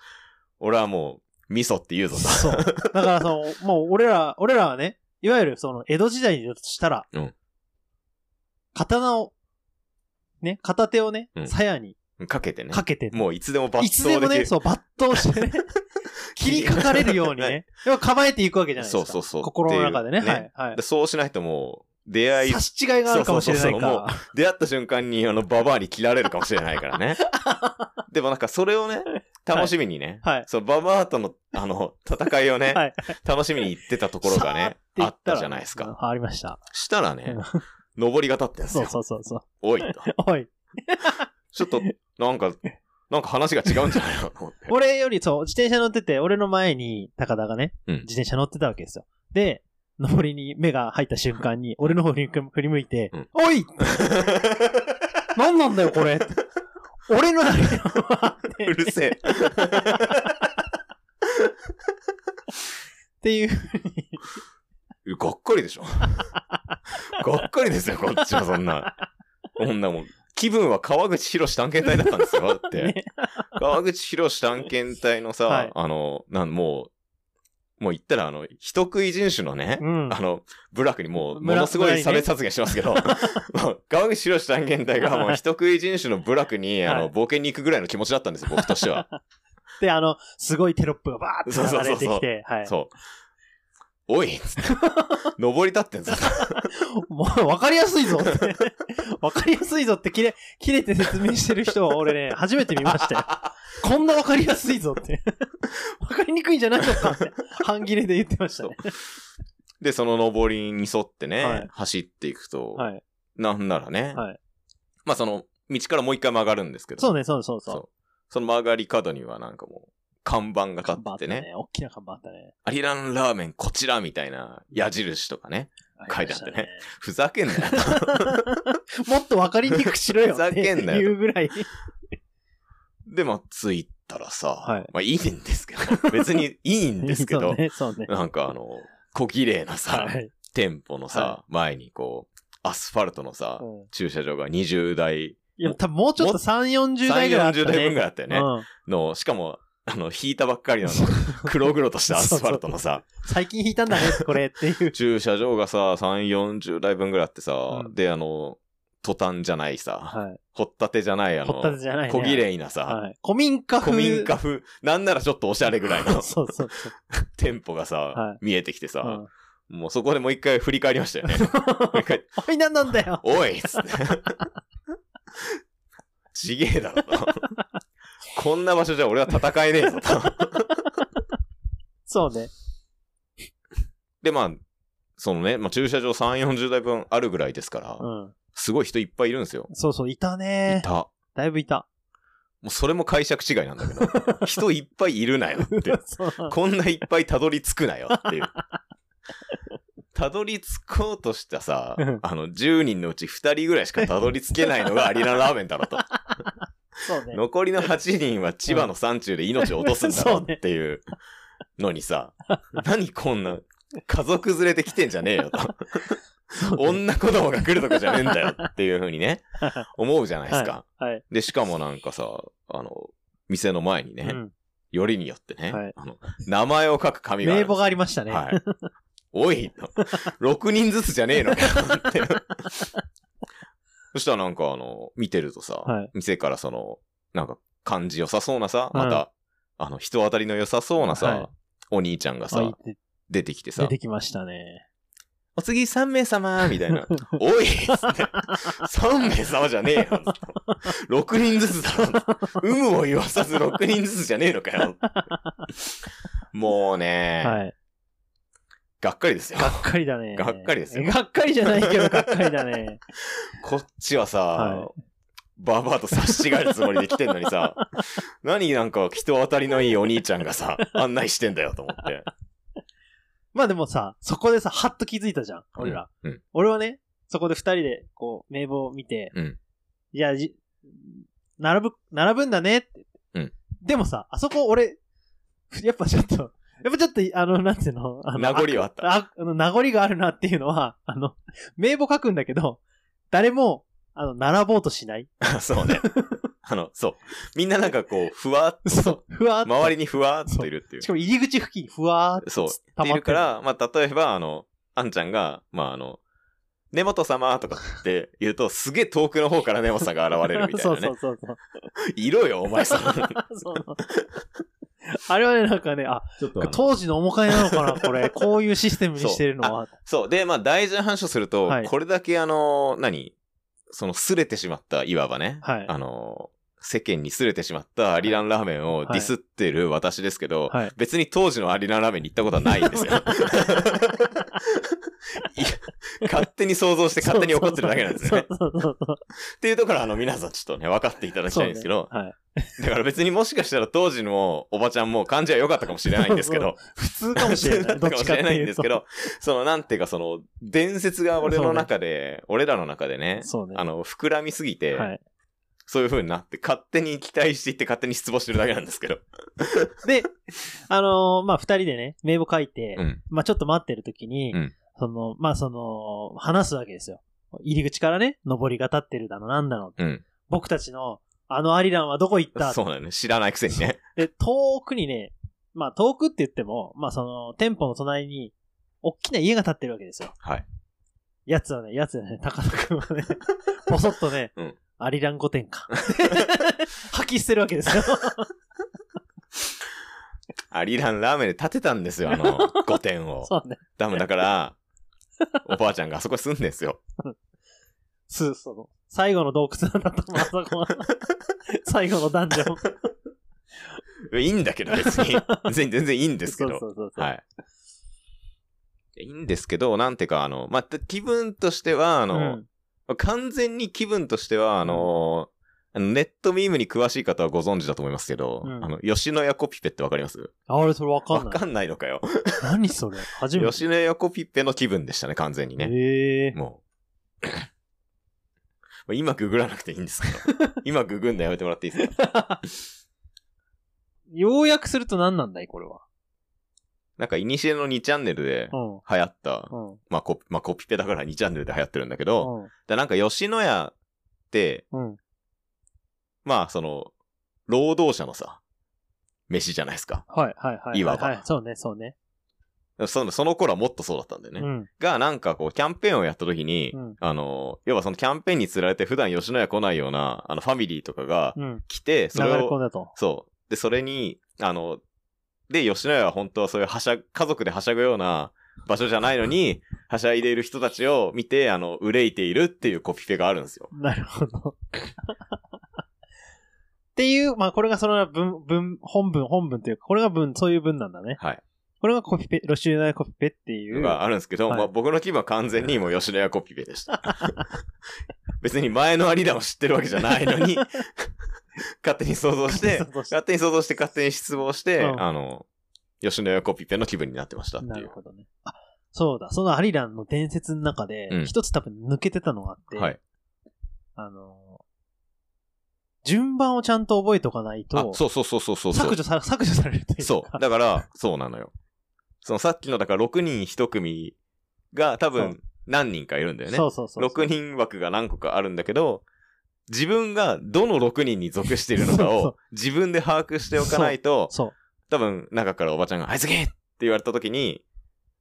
俺はもう、味噌って言うぞと。そう。だからそ の、もう俺ら、俺らはね、いわゆるその、江戸時代だとしたら、うん刀を、ね、片手をねう、ん鞘に かけてね。かけてねもういつでも抜いつで刀もできね、る。そう、抜刀して ね、切りかかれるようにね、要は構えていくわけじゃないですか。そうそうそう心の中でね、っていうねはい、はでそうしないともう、出会い。い差、し違いがあるかもしれないそうそうそうか出会った瞬間に、あの、ババアに切られるかもしれないから ね。でもなんか、それをね、楽しみにね、はいそう、ババアとの、あの、戦いをね、はい楽しみに行ってたところがね、ら。あったじゃないですか。あありました。したらね、上りが立ってんですそうよ。そうそうそう。おいと。おい、ちょっと、なん か、なんか話が違うんじゃないのと 思って。俺より、そう、自転車乗ってて、俺の前に高田がね、うん自転車乗ってたわけですよ。で、登りに目が入った瞬間に、俺の方に振り向いて、うん おい何なんだよ、これ俺のだけどうるせえ。って いう、がっかりで しょ。がっかりですよ、こっちはそんな。こんなもん。気分は川口博士探検隊だったんです よ、だって。ね、川口博士探検隊のさ、はいあの、なん、もう、もう言ったら、あの、人食い人種のね、うん。あの、部落にもう、も村のすご村にいね差別発言してますけど、 もう川口博士探検隊がもう人食い人種の部落に、あはの、い冒険に行くぐらいの気持ちだったんですよ、僕としては。で、あの、すごいテロップがバーそうっそうてそう流れそてうきて、はい。そう。おいっ つって登り立ってんぞ。もう、わかりやすいぞって。わかりやすいぞって切れ、切れて説明してる人は俺ね、初めて見ましたよ。こんなわかりやすいぞって。わかりにくいんじゃないのかって。半切れで言ってましたね。で、その登りに沿ってね、はい走っていくと、はい。なんならね、はいまあその、道からもう一回曲がるんですけど、そうね、そうそうそそうその曲がり角にはなんかもう、看板がう。立看板あっってたね、ね。大きな看板あったね。アリランラーメンこちらみたいな矢印とかね、書いてあってねりまふざけん なよ。したね。もっとわかりにくくしろよ。ふざけんなよっていうぐらい。で、まあ着いたらさ、はいまあいいんですけど、別にいいんですけそど、うね、そうね。なんかあの、小綺麗なさ、はい。店舗のさ、は前にこう、アスファルトのさ、うん駐車場が20台、いや、多分もうちょっと3、40代ぐらいあったね。 30台分ぐらいあったよね。うんの、しかも、あの、引いたばっかりのあの黒々としたアスファルトの さ、最近引いたんだね、これっていう。駐車場がさ、3、40台分ぐらいあってさ、うんで、あの、トタンじゃないさ、はい。掘ったてじゃない、あ掘ったのて、じゃないね。小綺麗なさ、はい。古民家風。古民家 風、なんならちょっとおしゃれぐらいのそうそうそう。店舗がさ、は見えてきてさ、うんもうそこでもう一回振り返りましたよ ね。もう一回、おい、なんなん だよ。おいっつって。ちげえだろと。こんな場所じゃ俺は戦えねえぞと。そうね。で、まあ、そのね、まあ、駐車場3、40台分あるぐらいですから、うん。すごい人いっぱいいるんですよ。そうそう、いたいねた。もだいぶいた。うそれも解釈違いなんだけど、人いっぱいいるなよって。 そうこんないっぱいたどり着くなよっていう。たどり着こうとしたさうん、あの、10人のうち2人ぐらいしかたどり着けないのがアリララーメンだろと。そうね。残りの8人は千葉の山中で命を落とすんだろうっていうのに さ、何こんな、家族連れて来てんじゃねえよと。女子供が来るとかじゃねえんだよっていうふうに ね、思うじゃないですか。はい。で、しかもなんかさ、あの、店の前にね、うんよりによってね、はいあの、名前を書く紙がある名簿がありましたね。はい。おいと !6 人ずつじゃねえのかよ って。そしたらなんかあの、見てるとさ、はい店からその、なんか感じ良さそうなさ、うんまた、あの、人当たりの良さそうなさ、はいお兄ちゃんがあいさ、て出てきて出さ、てきましたね。お次3名 様みたいな。おいっつって。3名様じゃねえよつって。6人ずつだろ。有無を言わさず6人ずつじゃねえのかよ。もうね、はい。がっかりですよ。がっかりだね。がっかりですよがっかりじゃないけど、がっかりだね。こっちはさ、はバーバーと察しがえるつもりで来てんのにさ、何なんか人当たりのいいお兄ちゃんがさ、案内してんだよと思って。まあでもさ、そこでさ、はっと気づいたじゃん、俺ら。うんうん俺はね、そこで二人で、こう、名簿を見て、うんいや、じ、並ぶ、並ぶんだねって。うんでもさ、あそこ俺、やっぱちょっと、やっぱちょっと、あの、なんていうのあの名残はあった。ああの、名残があるなっていうのは、あの、名簿書くんだけど、誰も、あの、並ぼうとしない。 そう ね。あの、そう。みんななんかこう、ふわっそう。ふわーっと。周りにふわっといるっていうし。かも入り口付近、ふわーっと。そう。溜いまってるから、まあ、例えば、あの、あんちゃんが、まあ、あの、根本様とかって言うと、すげえ遠くの方から根本さんが現れるみたい そうなそねう。そうそう。いろよ、お前さ ん。そのあれはね、なんかね、あ、ちょっ当時の面影なのかな、これ。こういうシステムにしてるのは。そう。で、まあ、大事な話をすると、はいこれだけあの、何その、すれてしまった、いわばね。はいあの、世間にすれてしまったアリランラーメンをディスってる私ですけど、はい。別に当時のアリランラーメンに行ったことはないんです よ。いや勝手に想像して勝手に怒ってるだけなんですよね。そうそうそうそう。っていうところは、あの、皆さんちょっとね、分かっていただきたいんですけど、はい。だから別にもしかしたら当時のおばちゃんも感じは良かったかもしれないんですけど、普通かもしれない。どだかっちもしかってれないんいでうすとけ。ど、その、なんていうか、その、伝説が俺の中で、俺らの中でね、そうねあ。の、膨らみすぎて、はい。そういう風になって、勝手に期待していって勝手に失望してるだけなんですけど。で、あのーまあ、二人でね、名簿書いて、うん。まあ、ちょっと待ってる時に、うんその、まあ、その、話すわけですよ。入り口からね、上りが立ってるだの、なんだのって。うん。僕たちの、あのアリランはどこ行ったそうだよね。知らないくせにね。で、遠くにね、まあ遠くって言っても、まあその、店舗の隣に、大きな家が建ってるわけですよ。はい。やつはね、やつはね、高田くんは ね、ぼそっとね、うんアリラン御殿 か。破棄してるわけですよ。アリランラーメンで建てたんですよ、あ の、5点を。そうね。ダムだから、おばあちゃんがあそこに住んでんすよ。す、その、最後の洞窟なんだと思う、あそ こは。最後のダンジョン。いいんだけど、別 に。全然全然いいんですけどそ。うそうそうそう。はい。いいんですけど、なんていうか、あの、まあ、気分としては、あうの、ん完全に気分としては、あのーあのネットミームに詳しい方はご存知だと思いますけど、うんあの、吉野家コピペってわかりますあ、俺それわかわんない。かんないのかよ。何それ初め て。吉野家コピペの気分でしたね、完全にね。へえも う。今ググらなくていいんですけど。 今ググんのやめてもらっていいですかようやくすると何なんだいこれは。なんか、イニシエの2チャンネルでうん。流行った、うん。まあコピ、まあ、コピペだから2チャンネルで流行ってるんだけど、うんでなんか吉野家って、うん。まあその、労働者のさ、飯じゃないですか。はいはいはい。いわばはいそうね、そうね。そのその頃はもっとそうだったんだよね。うん。が、なんかこう、キャンペーンをやった時に、うんあの、要はそのキャンペーンに釣られて普段吉野家来ないような、あの、ファミリーとかがうん。来て、そ流れれ込んを、だと。 そう。で、それに、あの、で、吉野家は本当はそういうはしゃ、家族ではしゃぐような場所じゃないのに、はしゃいでいる人たちを見て、あの、憂いているっていうコピペがあるんですよ。なるほど。っていう、まあこれがその文、文、本文、本文というか、これが文、そういう文なんだね。はい。これがコピペ、ロシューナイコピペっていのう。があるんですけど、はいまあ僕の気分は完全にもう吉野家コピペでした。 別に前の有田を知ってるわけじゃないの に、勝手に想像して、そうそう勝手に想像して勝手に失望して、うんあの、吉野家コピペの気分になってましたってないるう。ほどね。あ、そうだ。そのアリランの伝説の中でう、ん一、つ多分抜けてたのがあって、はい。あのー、順番をちゃんと覚えておかないあと、、そうそうそうそうそうそう。削除さ削除されるっていうか。そう。だから、そうなのよ。そのさっきの、だから6人1組が多そ分何人かいるんだよね。そうそうそう。 6人枠が何個かあるんだけど、自分がどの6人に属しているのかそうそうを自分で把握しておかないと、そう。多分中からおばちゃんが、はい次って言われた時に、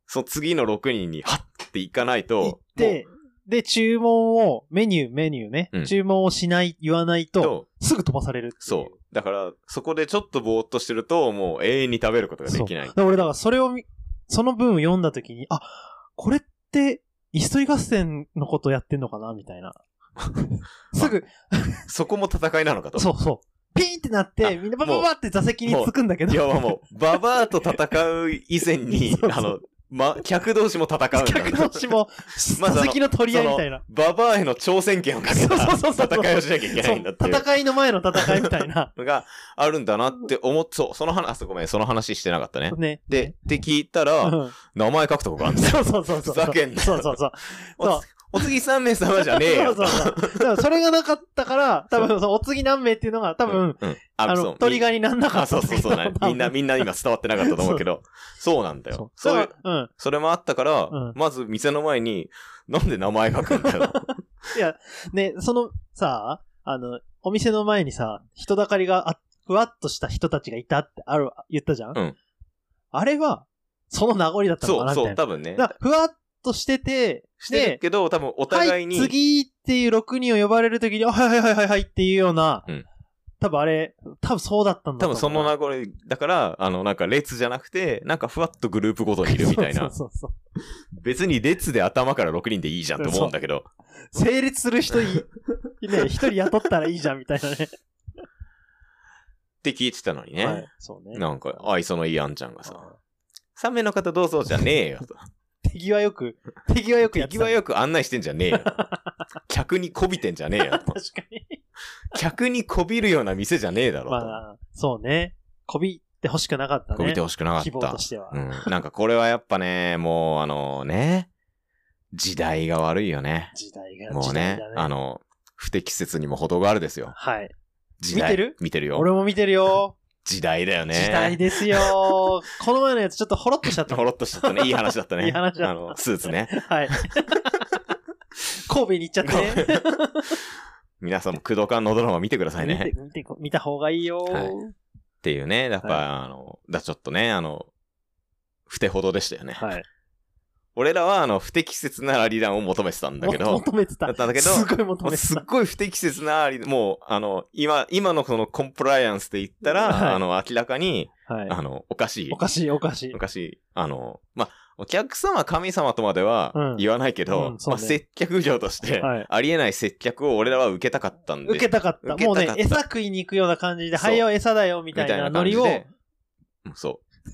その次の6人に、はっっていかない行っと、て、で、注文を、メニュー、メニューね。うん注文をしない、言わないもうと、とすぐ飛ばされるっていそう。だから、そこでちょっとぼーっとしてると、もう永遠に食べることができないそう。だから俺、だからそれを見、その文を読んだときに、あ、これって、イストイ合戦のことやってんのかなみた いな。すぐ、そこも戦いなのかと。そうそう。ピーンってなって、みんなババババって座席につくんだけど。いや、 もう、ババアと戦う以前にそう、そうあの、ま、客同士も戦うんだ。客同士も、 まずあの座席の取り合いみたいな。ババアへの挑戦権をかけたそうそうそうそう戦いをしなきゃいけそないんだうっていう。戦いの前の戦いみたいな のがあるんだなって思っそう、その話、あ、そうごめん、その話してなかったね。ね。で、って聞いたうら、ん、名前書くとこがあるんだよ。そうそうそうそう。ふざけんなそうそうそう。 そうおお次3名様じゃねえよ。そうそうそう。だからそれがなかったから、多分そのお次何名っていうのが多分、うん、あそうの、トリガーになんなかあ、ったそんうだけそうど。そうな。み んな、多分みんな今伝わってなかったと思うけど、そうなんだよ。そういだうからうん。それもあったから、うんまず店の前に、なんで名前書くんだ よ。いや、ね、その、さ、あの、お店の前にさ、人だかりがあ、ふわっとした人たちがいたってある、言ったじゃんうんあれは、その名残だったのそかなうみたいそう、な。多分ね。だからふわっとしてて、してるけど、多分おで、は互いい、に、次っていう6人を呼ばれるときに、あはいはいはいはいはいっていうような、うん多分あれ、多分そうだった多んだと思分うその名残だから、あの、なんか列じゃなくて、なんかふわっとグループごとにいるみたい そうな。そうそうそう。別に列で頭から6人でいいじゃんと思うんだけど、成立する人い、ね、一人雇ったらいいじゃんみたいなね。って聞いてたのにね。はい、そうね。なんか、愛想のいいあんちゃんがさ、あ3名の方どうぞじゃねえよと。ー手際よく、手 際よくや手ってた。際よく案内してんじゃねえよ と。客にこびてんじゃねえよと。確かに。客にこびるような店じゃねえだろと。まあ、そうね。こびって欲しくなかったね。こびてほしくなかっ希望たと。しては。うん。なんかこれはやっぱね、もうあのね、時代が悪いよね。時代が、もう時ね代だ、あの、不適切にも程があるですよ。はい。時代見てる見てる俺よ。も見てるよ。時代だよね。時代で すよ。この前のやつちょっとほろっとしちゃった。ほろっとしちゃったね。いい話だったね。いい話だったあの、スーツね。 はい。神戸に行っちゃってね。皆さんも工藤館のドラマ見てください見ねて。、見て、見た方がいいよ。はいっていうね。やっぱ、はいあの、だ、ちょっとね、あの、不手ほどでしたよね。はい。俺らは、あの、不適切なラリダンを求めてたんだけもど、求めてた。だったんだけどすごい求もうめて。すったごい不適切なラリ、もう、あの、今、今のそのコンプライアンスで言ったら、はいあの、明らかに、はい。あの、おかしいお。かしい、おかしい。昔、あの、まあ、お客様神様とまではうん言わないけど、うんそうねまあ、接客業として、はいありえない接客を俺らは受けたかったんで、受けたかった。受もけうたねかった、餌食いに行くような感じで、そうはいよ、餌だよ、みみたいなノ感じリを、で、うん そう。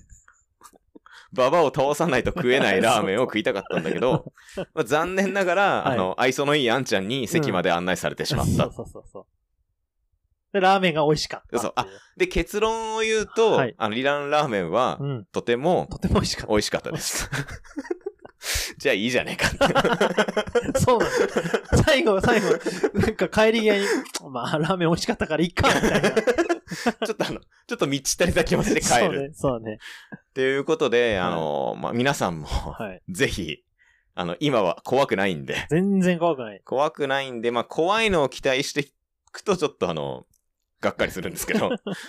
ババアを倒さないと食 えないラーメンを食いたかったんだけど、まあ、残念ながら、はいあの、愛想のいいあんちゃんに席まで案内されてしそまうった。そうそうそう。で、ラーメンが美味しかった。そうあ、で、結論を言うと、はいあの、リランラーメンはう、ん。とてもとても美味しかっ美味しかったです。 じゃあいいじゃねえか って。た。そうなんだ。最後、最後、なんか帰り際に、まあ、ラーメン美味しかったからいっか、みたいな。ちょっとあの、ちょっと満ち足りた気持ちで帰そうる。ね、そうね。ということで、あの、まあ、皆さんも、はい。 ぜひ、あの、今は怖くないんで、全然怖くない。怖くないんで、まあ、怖いのを期待していくと、ちょっとあの、がっかりするんですけど、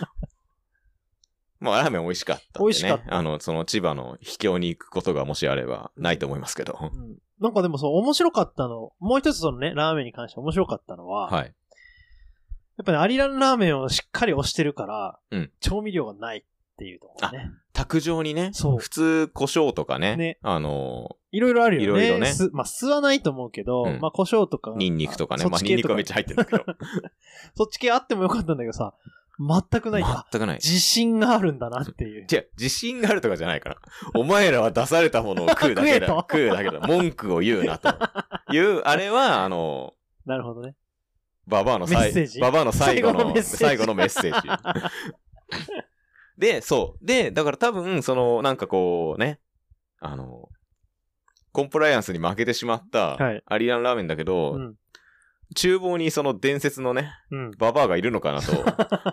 まあ、ラーメン美味しかったん美で味しかっね。あの、その千葉の秘境に行くことがもしあれば、ないと思いますけどう。ん。なんかでもそう、面白かったの、もう一つそのね、ラーメンに関して面白かったのは、はい。やっぱりアリランラーメンをしっかり押してるから、うん調味料がないっていうところね。卓上にね、そう普通、胡椒とかね、ねあのいろいろあるよね。いろいろねすまあ、吸わないと思うけど、うんまあ、胡椒とか。ー、ニンニクとかね、そまあ、っちニン系ニクとかはめっちゃ入ってるんだけど、そっち系あってもよかったんだけどさ、全 くないか。全くない。自信があるんだなっていう。じゃ自信があるとかじゃないから。お前らは出されたものを食うだけだ。 食食うだけだ。文句を言うなと。いう、あれは、あの、なるほどね。ババアのさいメッセージババアの最後の、最最後後のメッセージ。で、そう。で、だから多分、その、なんかこうね、あの、コンプライアンスに負けてしまったはい、アリランラーメンだけど、うん。厨房にその伝説のね、うん。ババアがいるのかなと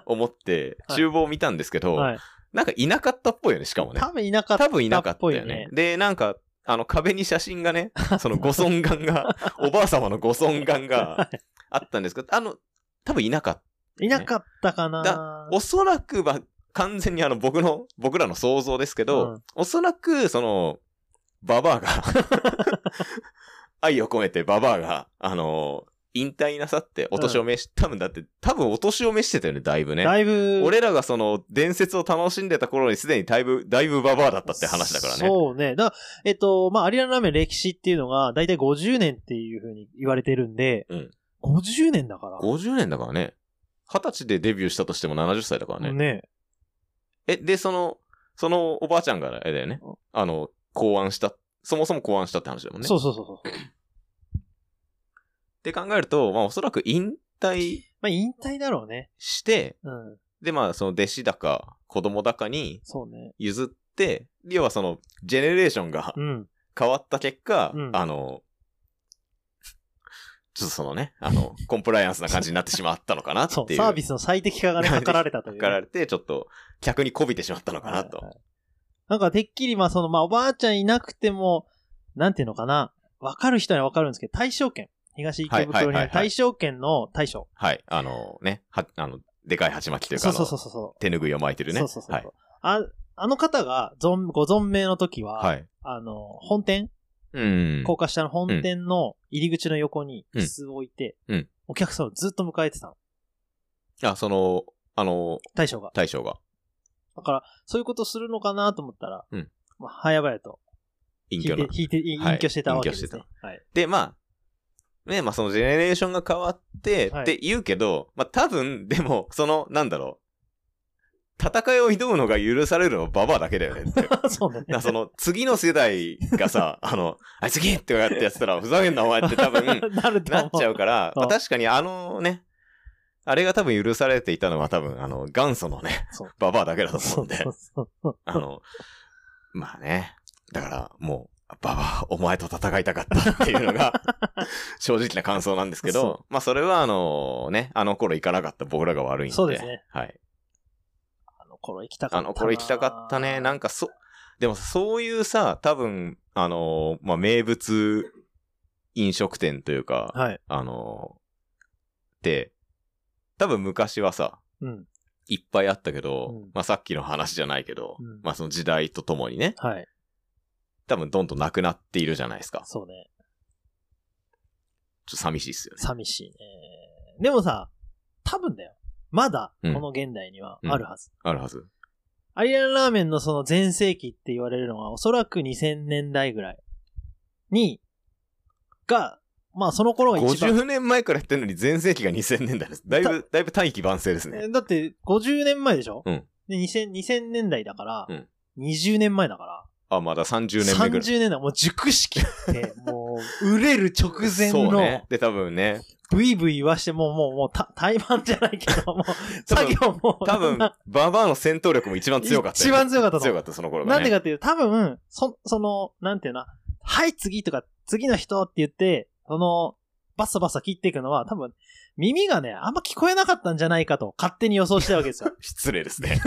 思って、 はい厨房を見たんですけど、はい。なんかいなかったっぽいよね、しかもね。多分いなかった。多分いなかったよっぽいねね。で、なんか、あの壁に写真が ね、そのご尊顔が、おばあ様のご尊顔があったんですけど、あの、多分いなかっいなかったかな。た。おそらくは、完全にあの僕の、僕らの想像ですけど、うんおそらく、その、ババア が、愛を込めてババアが、あの引退なさって、お年を召し、多分だって、多分お年を召してたよね、だいぶね。だいぶ。俺らがその伝説を楽しんでた頃にすでにだいぶ、だいぶババアだったって話だからね。そうね。だえっと、まあ、アリランラーメン歴史っていうのが、だいたい50年っていうふうに言われてるんで、うん50年だから。 50年だからね。20歳でデビューしたとしても70歳だからね。ね。え、で、その、そのおばあちゃんがあれだよね。あの、考案した、そもそも考案したって話だもんね。。そううそうそうそう。って考えると、まあおそらく引退まあ、引退だろうね。して、うん。で、まあその弟子だか子供だかにそうね。譲って、要はその、ジェネレーションがうん。変わった結果、うんあの、ちょっとそのね、あ の、コンプライアンスな感じになってしまったのかなっていそうう、。サービスの最適化が ね、図られたというね、かられて、ちょっと、客に媚びてしまったのかなとはい。はいなんか、てっきり、まあ、その、まあ、おばあちゃんいなくても、なんていうのかな、わかる人にはわかるんですけど、大正圏。東池はい袋はいにはあいるはい大正圏の大将。はい。あのね、は、あの、でかい鉢巻きというか、そあうそのうそうそう。手ぬぐいを巻いてるね。そうそうそう。はい。ああの方が存、ご存命の時は、はい。あの、本店、うん。高架下の本店の入り口の横にうん椅子を置いて、うんお客さんをずっと迎えてたの、あ、その、あの、大将が。大将が、だから、そういうことするのかなと思ったら、うんまあ、早々と隠引居いなて、。引いて、隠はい居してたわけです、ね隠居はい。 で、まあ、ね、まあそのジェネレーションが変わって、はいって言うけど、まあ多分、でも、その、なんだろう。戦いを挑むのが許されるのはババアだけだ よねって。そうね。なその、次の世代がさ、あの、あいつ次ってやってやってたら、ふざけんなお前って多分、 なる となっ思う。ちゃうから、うんまあ確かにあのね、あれが多分許されていたのは多分あの元祖のねそう、ババアだけだと思うんでそ う、そうそうあの、まあね、だからもう、ババア、お前と戦いたかったっていうの が正直な感想なんですけそど、まあそれはあのね、あの頃行かなかった僕らが悪いんで、そうですねはい。あの頃行きたかあったな。の頃行きたかったね、なんかそ、でもそういうさ、多分、あのまあ名物飲食店というか、はい。あので、多分昔はさ、うん。いっぱいあったけど、うんまあさっきの話じゃないけど、うんまあその時代とともにね、はい。多分どんどんなくなっているじゃないですか。ちょそうね。っと寂しいっすよね。寂しいね。でもさ、多分だよ。まだ、この現代にはあるはず。あるはず。アリランラーメンのその全盛期って言われるのは、おそらく2000年代ぐらいに、が、まあその頃が一番。 50年前からやってるのに全盛期が2000年代です。だいぶ、だいぶ大器晩成ですね。えだって50年前でしょうんで 2000, 2000年代だから、うん20年前だから、あ、まだ30年目ぐらい。 30年代、もう熟式って、もう、売れる直前そうのね、。で、多分ね、ブイブイ言わして、もう、もう、もう、た、怠慢じゃないけど、もう、多作分業もう、多分、ババアの戦闘力も一番強かったよ一番強かったと思強うかった、その頃が、ね。。なんでかっていうと、多分、そ、その、なんていうな、はい、次とか、次の人って言って、その、バッサバッサ切っていくのは、多分、耳がね、あんま聞こえなかったんじゃないかと、勝手に予想したわけですよ 失礼ですね。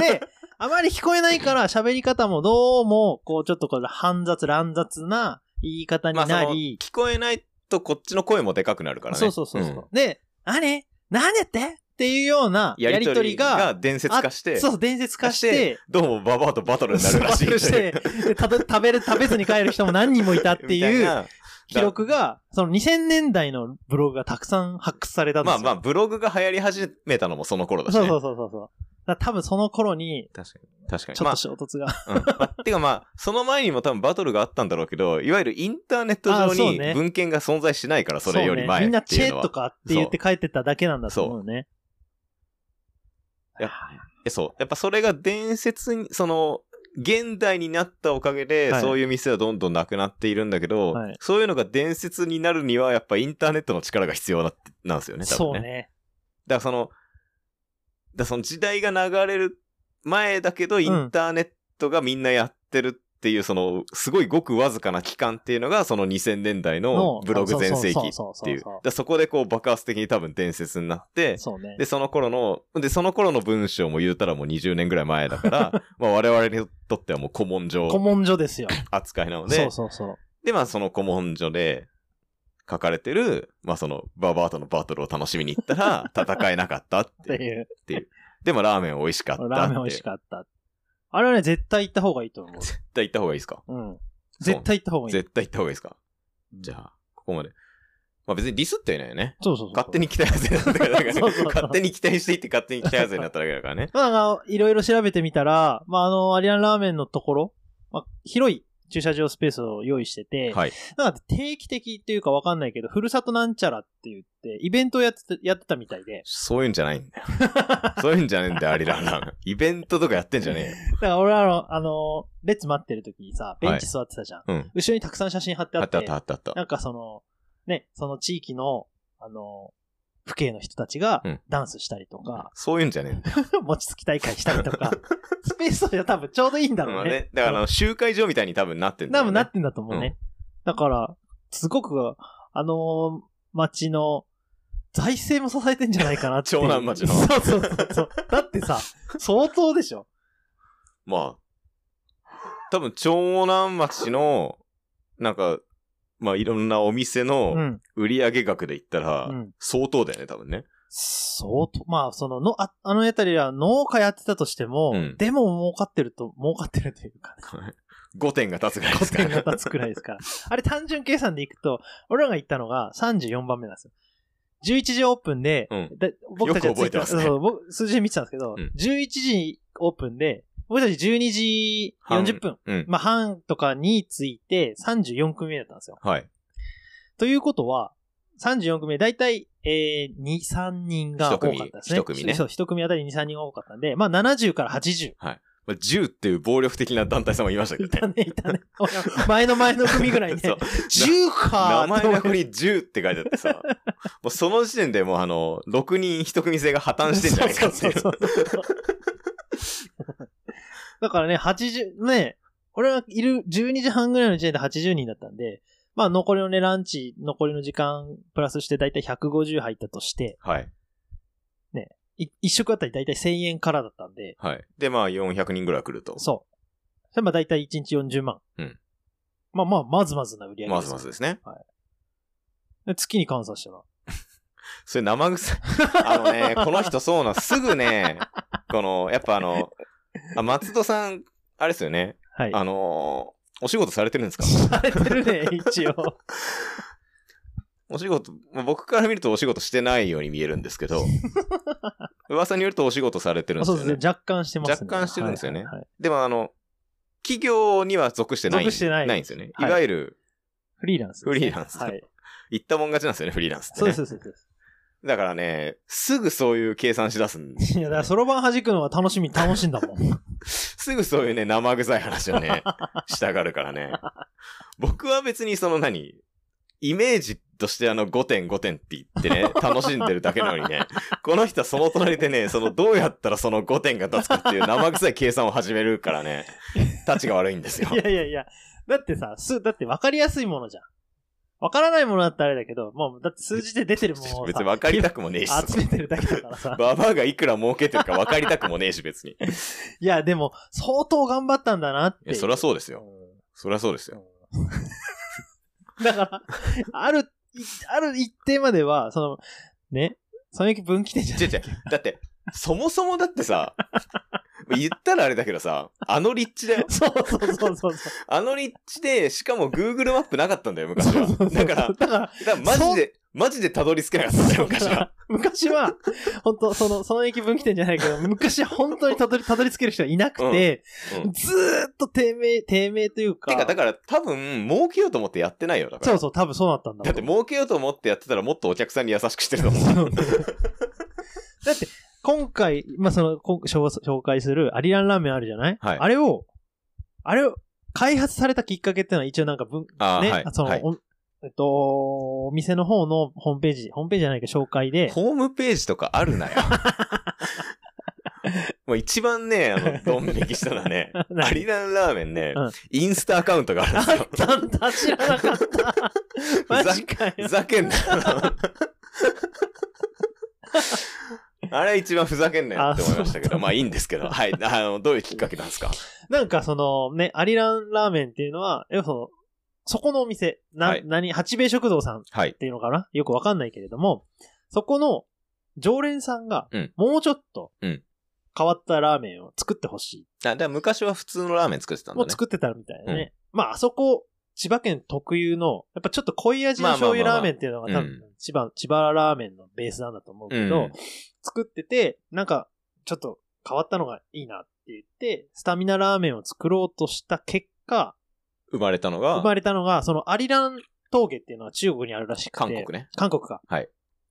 で、あまり聞こえないから、喋り方もどうも、こう、ちょっとこう、煩雑、乱雑な言い方にまあ、そのなり、聞こえないとこっちの声もでかくなるからね。そうそうそうそう、んで、あれ何やってっていうようなやりとりが、伝説化して、そう、伝説化し化て、どうもババアとバトルになるらしいそうして、でた 食べる、食べずに帰る人も何人もいたってみたいいうな記録が、その2000年代のブログがたくさん発掘されたんでますあよ。まあ、ブログが流行り始めたのもその頃だし、ね。そうそうそうそうそう。だから多分その頃に、確かに。確かに。ちょっと衝突が。まあ、うんまあてかまあ、その前にも多分バトルがあったんだろうけど、いわゆるインターネットあ上ーそうにね文献が存在しないから、それよりそうね前みんなってチいェうのは。とかって言って書いてただけなんだと思うね。そうえそう。やっぱそれが伝説に、その、現代になったおかげで、はいそういう店はどんどんなくなっているんだけど、はいそういうのが伝説になるには、やっぱインターネットの力が必要な、なんですよね、多そ分うね。ね。だからその、だからその時代が流れる前だけど、インターネットがみんなやってるっていう、その、すごいごくわずかな期間っていうのが、その2000年代ののブログ全盛期っそうそうそうそうていう。だそうからそこでこう爆発的に多分伝説になって、そうねで、。その頃の、で、その頃の文章も言うたらもう20年ぐらい前だ から、まあ我々にとってはもう古文書古文書ですよ。扱いなので、そうそうそう。で、まあその古文書で書かれてる、まあそのババアとのバトルを楽しみに行ったら、戦えなかったっって ていう。いう。でもラーメン美味しかったって。ラーメン美味しかった。あれはね、絶対行った方がいいと思 絶対行った方がいいですかう。うん。絶対行った方がいい。絶対行った方がいいですかじゃあ、ここまで。まあ別にディスってはいないよね。そうそうそう。勝手に期待外れなんだから、だから そうそうそう勝手に期待していって勝手に期待外れになっただけだからね。まあ、あのいろいろ調べてみたら、まあ、あの、アリアンラーメンのところ、まあ、広い駐車場スペースを用意してて、はい。なんか定期的っていうかわかんないけど、ふるさとなんちゃらって言って、イベントをやってたやってたみたいで、そういうんじゃないんだよ。そういうんじゃねえんだよ、アリランラ ン。イベントとかやってんじゃねえよ。だから俺はあの、あの、レッツ待ってる時にさ、ベンチ座ってたじゃん。うん。後ろにたくさん写真貼ってああっったて、あったあったあった。なんかその、ね、その地域の、あの、府警の人たちがうんダンスしたりとか、 そういうんじゃねえんだよ。餅つき大会したり とか、スペースは多分ちょうどいいんだろまうあね。ね、だからあの、集会場みたいに多分なってんだよ、多ね。分なってんだと思うね。だから、すごく、あのー町の財政も支えてんじゃないかなっていう。長南町の そうそうそうそう。だってさ、相当でしょ。まあ、多分、長南町の、なんか、まあいろんなお店うのん。売上額で言ったら、うん相当だよね、多分ね。相当、まあ、その、の、ああの辺りは農家やってたとしても、うんでも儲かってると、儲かってるというか、 5点が立つぐらいで5すから点が立つくらいですから。あれ単純計算でいくと、俺らが言ったのが34番目なんですよ。11時オープンで、うんだ僕たちはツイッターよく覚えてますねそう僕数字で見てたんですけど、うん11時オープンで、僕たち12時40分、うん。まあ半とかについて34組目だったんですよ。はい。ということは、34組目、だいたい、えー、2、3人が多かったですね。一組一組ねそう、1組あたり2、3人が多かったんで、まあ70から80。まあ、10っていう暴力的な団体さんもいましたけいど たね。ね、いたね。前の前の組ぐらいねそう。 10か名ーっ前て思のっ横てに10って書いてあって さ、もうその時点でもうあの、6人一組制が破綻してんじゃないかっていう。そうそうそうそうだからね、80、ね、俺がいる12時半ぐらいの時点で80人だったんで、まあ残りのね、ランチ、残りの時間、プラスしてだいたい150入ったとして、はい。い一食あたりだいたい1000円からだったんで、はい。で、まあ400人ぐらい来ると。そう。それまあだいたい1日40万。うんまあまあ、まずまずな売り上げまです。ずまずですね。で月に換算したら。それ生臭い。あのね、この人そうな、すぐね、この、やっぱあの、あ松戸さん、あれですよね。はい。あのお仕事されてるんですか されてるね、一応。お仕事、まあ僕から見るとお仕事してないように見えるんですけ ど、噂によるとお仕事されてるんですそうよでね。すね、若干してますね。若干してるんですよねはいはいはいでもあの、企業には属してない。属してないんですよね。いはいわゆる、フリーランスですね。フリーランスはい。行ったもん勝ちなんですよね、フリーランスって、そうね。です、そうです。だからね、すぐそういう計算しだすんいや、だからそろばん弾くのは楽しみ、楽しいんだ もん。すぐそういうね、生臭い話をね、したがるからね。僕は別にその何、イメージとしてあの5点5点って言ってね、楽しんでるだけなのにね、この人はその隣でね、そのどうやったらその5点が立つかっていう生臭い計算を始めるからね、立ちが悪いんですよ。いやいやいや。だってさ、す、だって分かりやすいものじゃん。分からないものだったらあれだけど、もう、だって数字で出てるものを 別さに分かりたくもねえし、集めてるだけだか らさ。ババアがいくら儲けてるか分かりたくもねえし、別に。いいや、でも、相当頑張ったんだなっていや、う。そりゃそうですよ。うそりゃそうですよ。んうんだから、ある、いある一定までは、その、ね、その分岐点じ ゃ違う違う。だって、そもそもだってさ、言ったらあれだけどさ、あの立地だよ。そうそうそうそうそう。あの立地で、しかも Google マップなかったん だよ、昔は。だから、だかだから、らマジで、マジでたどり着けなかったんだよ、昔は。昔は、本当その、その駅分岐点じゃないけど、昔は本当にたどり、た どり着ける人はいなくて、うんずーっと低迷、低迷というか。てか、だから多分、儲けようと思ってやってないよ、だから。そうそう、多分そうなったんだだって儲けようと思ってやってたらもっとお客さんに優しくしてると思う。そうね だって、今回、まあ、その、今紹紹介するアリランラーメンあるじゃない、はいあれを、あれを、開発されたきっかけってのは一応なんか文、ね、あーはいその、はいおえっと、お店の方のホームページ、ホームページじゃないけど紹介で、、ホームページとかあるなよ。もう一番ね、あの、ドン引きしたらね 何アリランラーメンね、うんインスタアカウントがあるんあですよっ。たんだ、知らなかった。マジかよふ。ざけんなよ。あれ一番ふざけんなよって思いましたけあそど、うまあいいんですけど、はい。あの、どういうきっかけなんですかなんかそのね、アリランラーメンっていうのは、要はその、そこのお店、な、はい何、八兵衛食堂さんっはい。ていうのかなよくわかんないけれども、そこの常連さんがうん、もうちょっと、うん変わったラーメンを作ってほしい。あ、だから昔は普通のラーメン作ってたんもだうね。作ってたみたいなね。まあ、あそこ、千葉県特有の、やっぱちょっと濃い味の醤油ラーメンっていうのがま多あまあまあ分、千葉、千葉ラーメンのベースなんだと思うけど、うん作ってて、なんか、ちょっと変わったのがいいなって言って、スタミナラーメンを作ろうとした結果、生まれたの生が、まれたのが、そのアリラン峠っていうのは中国にあるらしくて、韓国ね。韓国か。はい。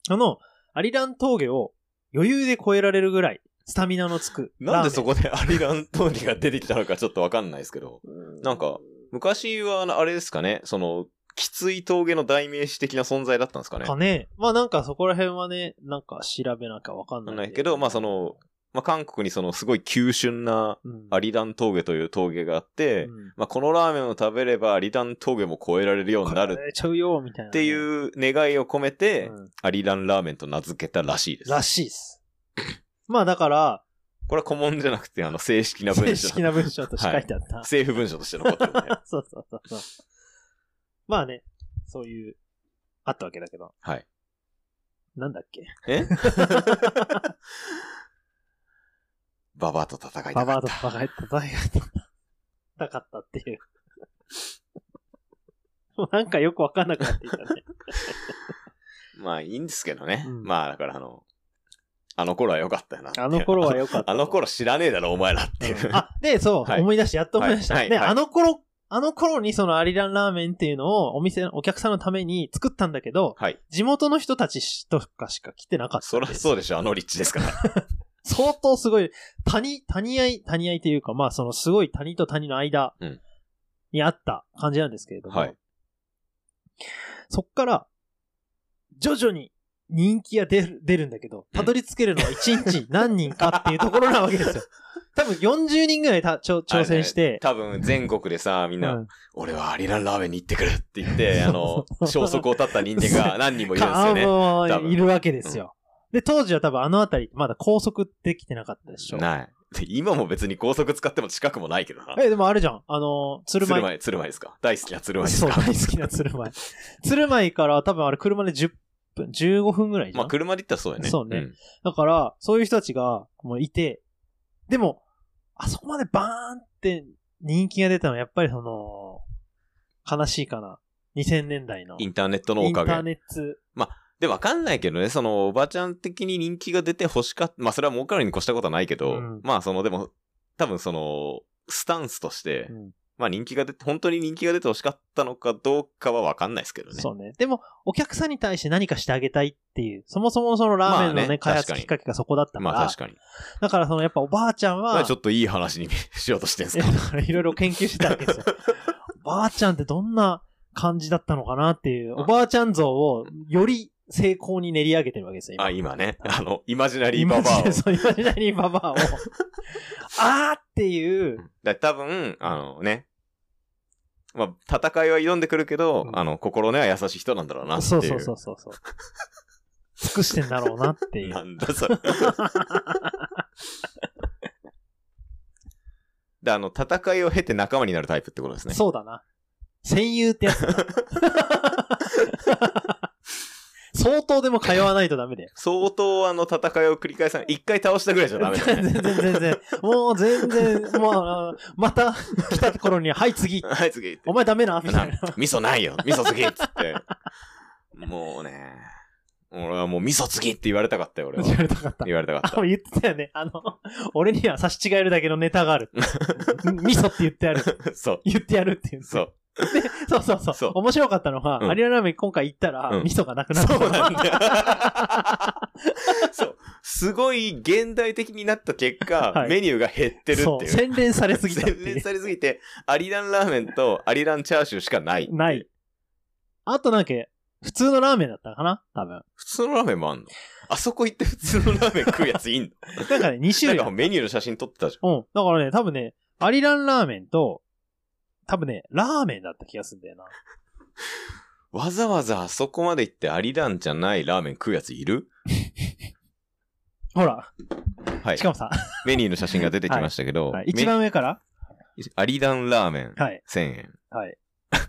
あの、アリラン峠を余裕で越えられるぐらい、スタミナのつく。なんでそここでアリラントーニが出てきたのかちょっとわかんないですけど、なんか、昔はあのあれですかね、その、きつい峠の代名詞的な存在だったんですかね。かね。まあなんかそこら辺はね、なんか調べなきゃわかんわかない。んないけど、まあそ、の、まあ韓国にそのすごい急峻なうん、アリラン峠という峠があって、うんまあ、このラーメンを食べれば、アリラン峠も越えられるようになるこれちゃうよ、みたいな。ってういう願いを込めて、ん。アリランラーメンと名付けたらしいです。らしいっす。まあだから、これは古文じゃなくて、あの、正式な文正章。式な文章として書いてあった。政府文書として残ってる ね。そうそうそうそう。まあね、そういう、あったわけだけど。はい。なんだっけえババアと戦いたバかっバアとた。バカやった、バカやった。なかったっていう。もうなんかよくわかんなくなっていたね。まあ、いいんですけどね。うんまあ、だからあの、あの頃は良かったよなっていう。あの頃は良かった。あの頃知らねえだろ、お前らっていう。 あ、で、そう、はい思い出して、やっと思い出した。はいね、はいあの頃、あの頃にそのアリランラーメンっていうのをお店のお客さんのために作ったんだけど、はい。地元の人たちとかしか来てなかったそんりでゃす。そうでしょ、あの立地ですから。相当すごい、谷、谷合い、谷合いというか、まあそのすごい谷と谷の間うんにあった感じなんですけれども、はいそっから、徐々に人気が出る出るんだけど、たどり着けるのは1日何人かっていうところなわけ ですよ。多分40人ぐらいたちょ挑戦しあれねて、多分、全国でさ、みんなう、ん俺はアリランラーメンに行ってくるって言って、あのそうそう、消息を絶った人間が何人もいるんですかよあね。も多分ういるわけですよ。で、当時は多分あの辺り、まだ高速できてなかったでしょ。ない。で今も別に高速使っても近くもないけどな。え、でもあるじゃん。あの、鶴鶴舞。舞、鶴舞ですか大好きな鶴舞ですそう、か大好きな鶴 舞。鶴舞から多分あれ車で10分、15分ぐらいじゃまあ、ん。車で行ったらそうだよね。そうねんだから、そういう人たちがもういて、でも、あそこまでバーンって人気が出たのはやっぱりその、悲しいかな。2000年代の。インターネットのイおンタかーげ。ネット。で、わかんないけどね、その、おばちゃん的に人気が出て欲しかった。まあ、それは儲かるに越したことはないけど、うんまあ、その、でも、多分その、スタンスとして、うんまあ、人気が出て、本当に人気が出て欲しかったのかどうかはわかんないですけどね。そうね。でも、お客さんに対して何かしてあげたいっていう、そもそもそのラーメンのね、まあね開確発かきにっかけがそこだったから、まあ、確かに。だからそのやっぱおばあちゃんまは、あちょっといい話に しようとしてるんですかいやだ からいろいろ研究してたわけです よ。おばあちゃんってどんな感じだったのかなっていう、おばあちゃん像をより精巧に練り上げてるわけですよ、今。あ、今ね。あの、イマジナリー 今ババアを。そう、イマジナリーバ バアを。あーっていう、だ多分、あのね。まあ、戦いは挑んでくるけど、うんあの、心根は優しい人なんだろうなっていう。そうそうそうそうそう。尽くしてんだろうなっていう。なんだそ れ。で、あの、戦いを経て仲間になるタイプってことですね。 そうだな。戦友ってやつだな。相当でも通わないとダメだよ。相当あの戦いを繰り返さない。一回倒したぐらいじゃダメだ 全ね。然全然。もう全然、もうあの、また来た頃に、はい次、はい、次行ってお前ダメなみたないな。味噌ないよ味噌次っつって。もうね、俺はもう味噌次って言われたかったよ、俺は 言。われたかった。言われたかっあ、言ってたよね。あの、俺には差し違えるだけのネタが ある。味噌って言ってやる。た。そう。言ってやるっていう。そう。そうそうそう。そう面白かったのが、うんアリアラーメン今回行ったら、うん味噌がなくなった。そうなんだよ。そう。すごい現代的になった結果、はいメニューが減ってるそってういう。洗練されすぎたって洗い練う。されすぎて、アリランラーメンとアリランチャーシューしかない。ない。あとなんか、普通のラーメンだったかな多分。普通のラーメンもあんのあそこ行って普通のラーメン食うや ついんのなんかね、2種なん類。かメニューの写真撮ってたじうん。だからね、多分ね、アリランラーメンと、多分ね、ラーメンだった気がするんだよな。ゃん。わざわざあそこまで行ってアリランじゃないラーメン食うやついるほら、はいし。かもさ、メニューの写真が出てきましたけど、はい一番上からメアリランラーメンはい。 1000円。はい。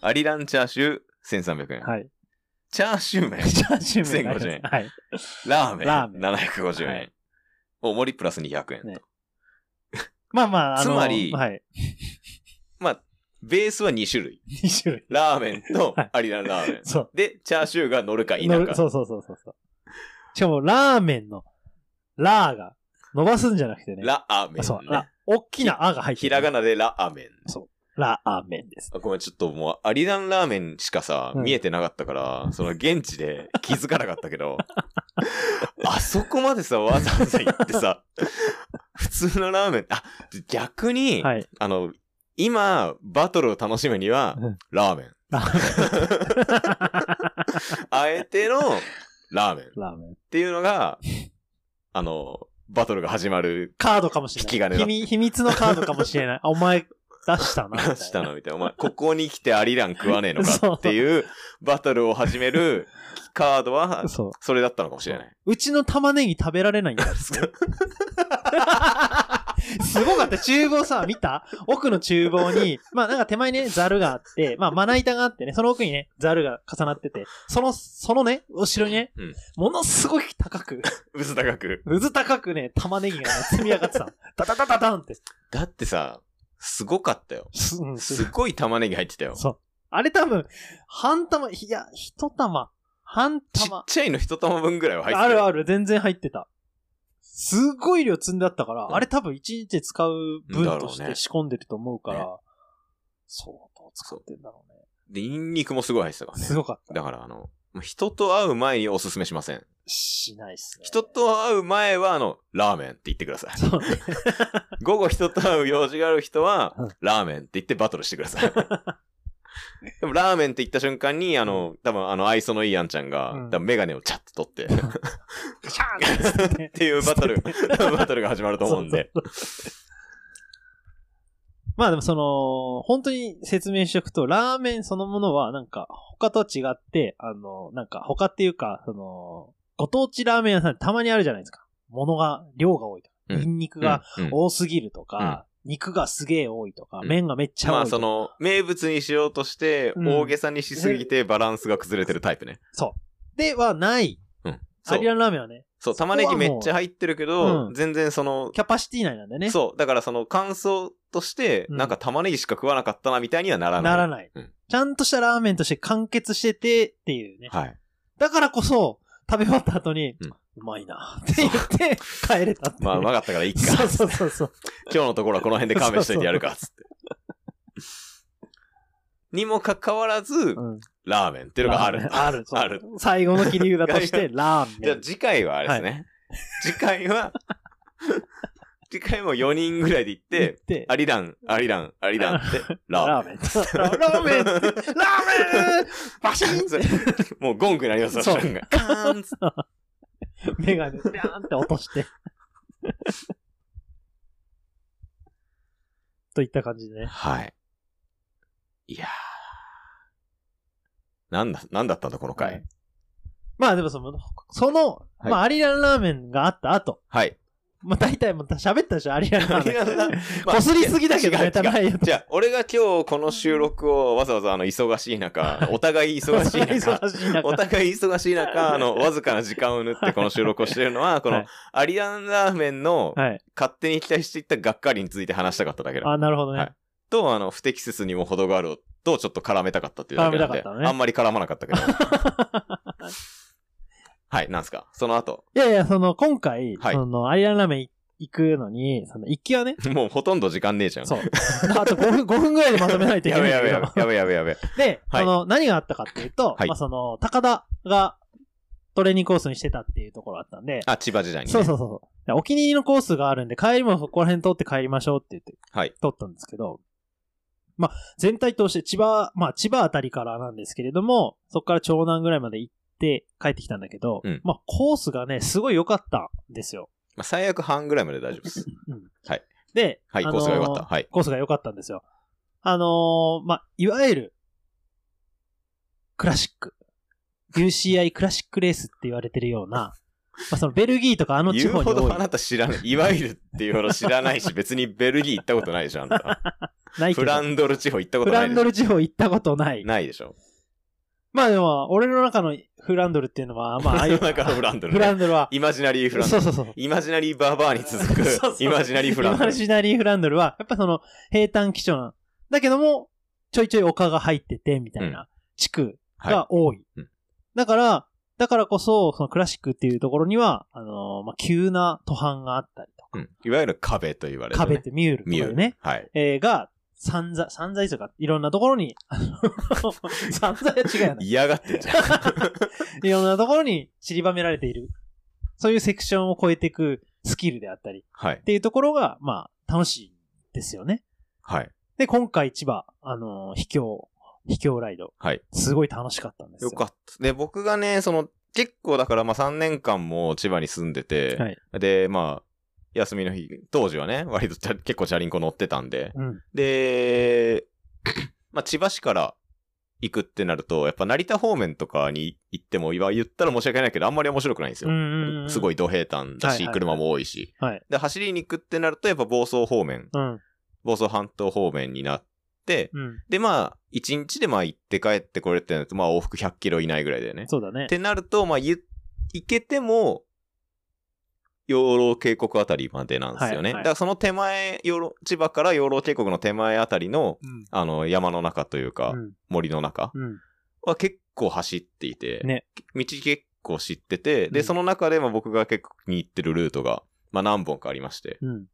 アリランチャーシュー1300円。 はい。チャーシュー麺、チャーシューメンがあり1550円ます。はい。ラーメンラーメン750円。はい大盛りプラス200円と。ねまあまあ、あのつまりはい。まあ、ベースは2種類。 2種類。ラーメンとはいアリランラーメン。そう。で、チャーシューが乗るか否乗るか。そうそうそうそうそう。しかも、ラーメンの、ラーが、伸ばすんじゃなくてね。ラーメン、ね。そう、ラ、大きなあが入ってひるらがなでラーメン。ラーメンです。あごめん、ちょっともう、アリランラーメンしかさ、うん見えてなかったから、その現地で気づかなかったけど、 あそこまでさ、わざわざ行ってさ、普通のラーメン、あ、逆に、はい。あの、今、バトルを楽しむにはうん、ラーメン。ラあえての、ラーメンっラーメン。ていうのが、あの、バトルが始まる、カードかもしれない。引き金だ秘密秘密のカードかもしれない。あ、お前、出した な。出したのみたいな。お 前、ここに来てアリラン食わねえのかっていう、バトルを始めるカードはな。、そう。それだったのかもしれない。うちの玉ねぎ食べられないんだって。 すごかった。厨房さ、見た奥の厨房に、まあなんか手前にね、ザルがあって、まあまな板があってね、その奥にね、ザルが重なってて、その、そのね、後ろにね、うんものすごい高く、うず高く。うず高くね、玉ねぎがね、積み上がってたの。ダダダダダンって。だってさ、すごかったよ。すうんすすごい玉ねぎ入ってたよ。ちそう。あれ多分、半玉、いや、一玉、半っ玉。ちゃいの一玉分ぐらいは入ってあたるよ。ある、全然入ってた。すごい量積んであったから、うんあれ多分一日で使う分としだろうねて仕込んでると思うから、ね相当使ってんだろうね。で、ニンニクもすごい入ってたからねす。ごかった。だからあの、人と会う前におすすめしません。しないっすね。人と会う前はあの、ラーメンって言ってくだ さい。そうね午後人と会う用事がある人はうん、ラーメンって言ってバトルしてくださ い。でもラーメンって言った瞬間に、あの、多分あの、愛想のいいあんちゃんが、うん多分メガネをチャッと 取って、っガシャーンって ねていうバトル、バトルが始まると思うんで。そうそうそうまあでもその、本当に説明しておくと、ラーメンそのものはなんか他とは違って、あの、なんか他っていうか、その、ご当地ラーメン屋さんたまにあるじゃないですか。物が、量が多いとか、うんニンニクがうんうん多すぎるとか、肉がすげえ多いとか、うん麺がめっちゃ多いとまあそか。の、名物にしようとして、うん大げさにしすぎてバランスが崩れてるタイプね。ではない。そアうリ。ランラーメンはね、そう、玉ねぎめっちゃ入ってるけど、うん全然その、キャパシティ内なんだよね。そう、だからその感想として、うんなんか玉ねぎしか食わなかったなみたいにはならない。ならない、うんちゃんとしたラーメンとして完結しててっていうね。はい。だからこそ、食べ終わった後に、ううんまいなって言って、帰れたっていう。 まあ、うまかったからいいか。そうそうそうそう。今日のところはこの辺で勘弁しといてやるか、つって。にもかかわらず、うんラーメンっていうのがある。ある。そうある最後の切り札と して、ラーじメゃあン。次回はあれですね。次回 は、次回も4人ぐらいで行って、でアリラン、アリラン、アリラン って、ララーーメメンン。。ラーメンラーメンバシーンって、 もうゴングになりますよ、そう瞬間カーンっつってメガネ、ビャーンって落と して。といった感じでね。はい。いやー。なんだ、なんだったんだ、このは回い。まあでもその、その、はいまあアリランラーメンがあった後、はい。まあ大体もう喋ったでしょ、アリアナ。アリア ナまあこすりすぎだけ違うど、違うネタないよ。じゃあ、俺が今日この収録をわざわざあの、忙しい 中、お互い忙しい中、忙しい中お互い忙しい中、あの、わずかな時間を縫ってこの収録をしてるのは、こはのい、アリアンラーメンのはい。勝手に期待していったがっかりについて話したかっただけだ。あ、なるほどはねい。と、あの、不適切にも程があるとちょっと絡めたかったっていうだけなん絡めで、たかったねあんまり絡まなかったけど。はい、なんすかその後、 いやいや、その、今回、はいその、アリアナラーメン行くのに、その、行きはね、もうほとんど時間ねえじゃん。そう。あと5分、5分ぐらいでまとめないといけやなべいんやだけべど。やべやべやべやべ。で、はいその、何があったかっていうと、はいまあ、その、高田がトレーニングコースにしてたっていうところあったんで、あ、千葉時代に、ね。そうそうそうそうで。お気に入りのコースがあるんで、帰りもここら辺通って帰りましょうって言って、はい通ったんですけど、まあ、全体通して千葉、まあ、千葉あたりからなんですけれども、そこから長南ぐらいまで行って帰ってきたんだけど、うんまあ、コースがね、すごい良かったんですよ。まあ、最悪半ぐらいまで大丈夫 です。はい。で、はい、あのコースが良かった。はい。コースが良かったんですよ。あのーまあ、いわゆる、クラシック。UCI クラシックレースって言われてるような、まあ、そのベルギーとかあの地言方うにほ多どいあ。なた知らない。いわゆるっていうほど知らない し、別にベルギー行ったことないでしょ、あなた。ないけフどランドル地方行ったこフとなラいンでドしょ。ル地方行ったことない。ないでしょ。まあでも、俺の中のフランドルっていう のは、まあ、ああいう世の中のフランドル、フラね。ンドルは、イマジナリーフランドそル。うそうそう。イマジナリーバーバーに続そうそうく、イマジナリーフランドイマル。ジナリーフランドルは、やっぱその、平坦基調な。だけども、ちょいちょい丘が入ってて、みたいな地区はが多い。うんだから、だからこそ、そのクラシックっていうところには、あのーまあ、急な途半があったりとか、い。うんいわゆる壁と言われる、ね。壁ってミュールとかミューでルね、。はい。えーが、散々、散々いとか、いろんなところに、あの散々は違うよね。嫌がって んじゃん。いろんなところに散りばめられている。そういうセクションを超えていくスキルであったり、っはい。ていうところが、まあ、楽しいですよね。はい。で、今回千葉、あのー秘境、秘境ライド、はい。すごい楽しかったんですよ。よかった。で、僕がね、その、結構だからまあ3年間も千葉に住んでて、はいで、まあ、休みの日、当時はね、割とチャ結構チャリンコ乗ってたんで、うん。で、 まあ千葉市から行くってなると、やっぱ成田方面とかに行っても、今言ったら申し訳ないけど、あんまり面白くないんですうよ。んうんうん。すごい。ド平坦だはいはいし、はい車も多いし。はいで、走りに行くってなると、やっぱ房総方面、うん。房総半島方面になって、うん。で、まあ、1日でまあ行って帰ってこれってなると、まあ往復100キロ以内ぐらいだよね。そうだねっ。てなると、まあ、ゆ行けても、養老渓谷あたりまでなんですよね。はいはだいからその手前、養老千葉から養老渓谷の手前あたりの、うん。あの、山の中というか、うん。森の中うん。は結構走っていて、ね道結構知ってて、で、うんその中で、まあ、僕が結構気に入ってるルートが、まあ、何本かありまして、うん。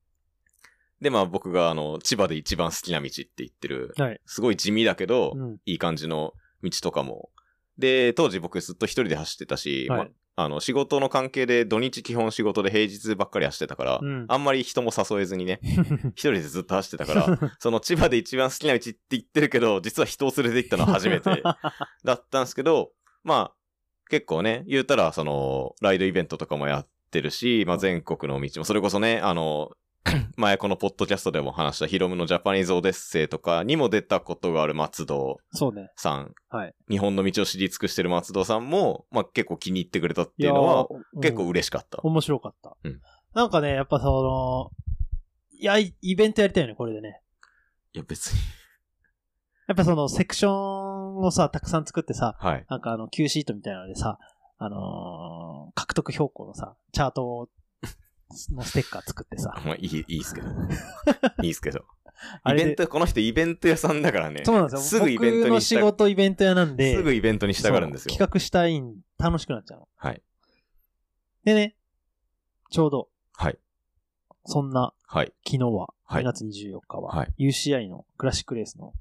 で、まあ、僕が、あの、千葉で一番好きな道って言ってる、はいすごい地味だけど、うん。いい感じの道とかも。で、当時僕ずっと一人で走ってたし、はいまあの、仕事の関係で土日基本仕事で平日ばっかり走ってたから、うんあんまり人も誘えずに ね、一人でずっと走ってたから、その千葉で一番好きな道って言ってるけど、実は人を連れて行ったのは初めてだったんですけど、まあ、結構ね、言うたら、その、ライドイベントとかもやってるし、まあ全国の道も、それこそね、あ の、前このポッドキャストでも話したヒロムのジャパニーズオデッセイとかにも出たことがある松戸。 そうね。さん、はい日本の道を知り尽くしてる松戸さんも、まあ、結構気に入ってくれたっていいやうのは、ー結構うん嬉しかった。面白かったうん。なんかね、やっぱその、いや、イイベントやりたいよね、これでね。いや、別に。やっぱその、セクションをさ、たくさん作ってさ、はい。なんかあの、Q シートみたいなのでさ、あのー獲得標高のさ、チャートを、のステッカー作ってさ あ、んまいい、いいっすけ ど。いいっすけど。あイれベでント、この人イベント屋さんだからね。そうなんですすよ。ぐイベント僕のにし仕た事イベント屋なんで、すぐイベントにしたがるんですそよ。う企画したいん、楽しくなっちゃうの。はい。でね、ちょうど、はい。そんなはい。昨日は、はい2月24日は、はい UCI のクラシックレースの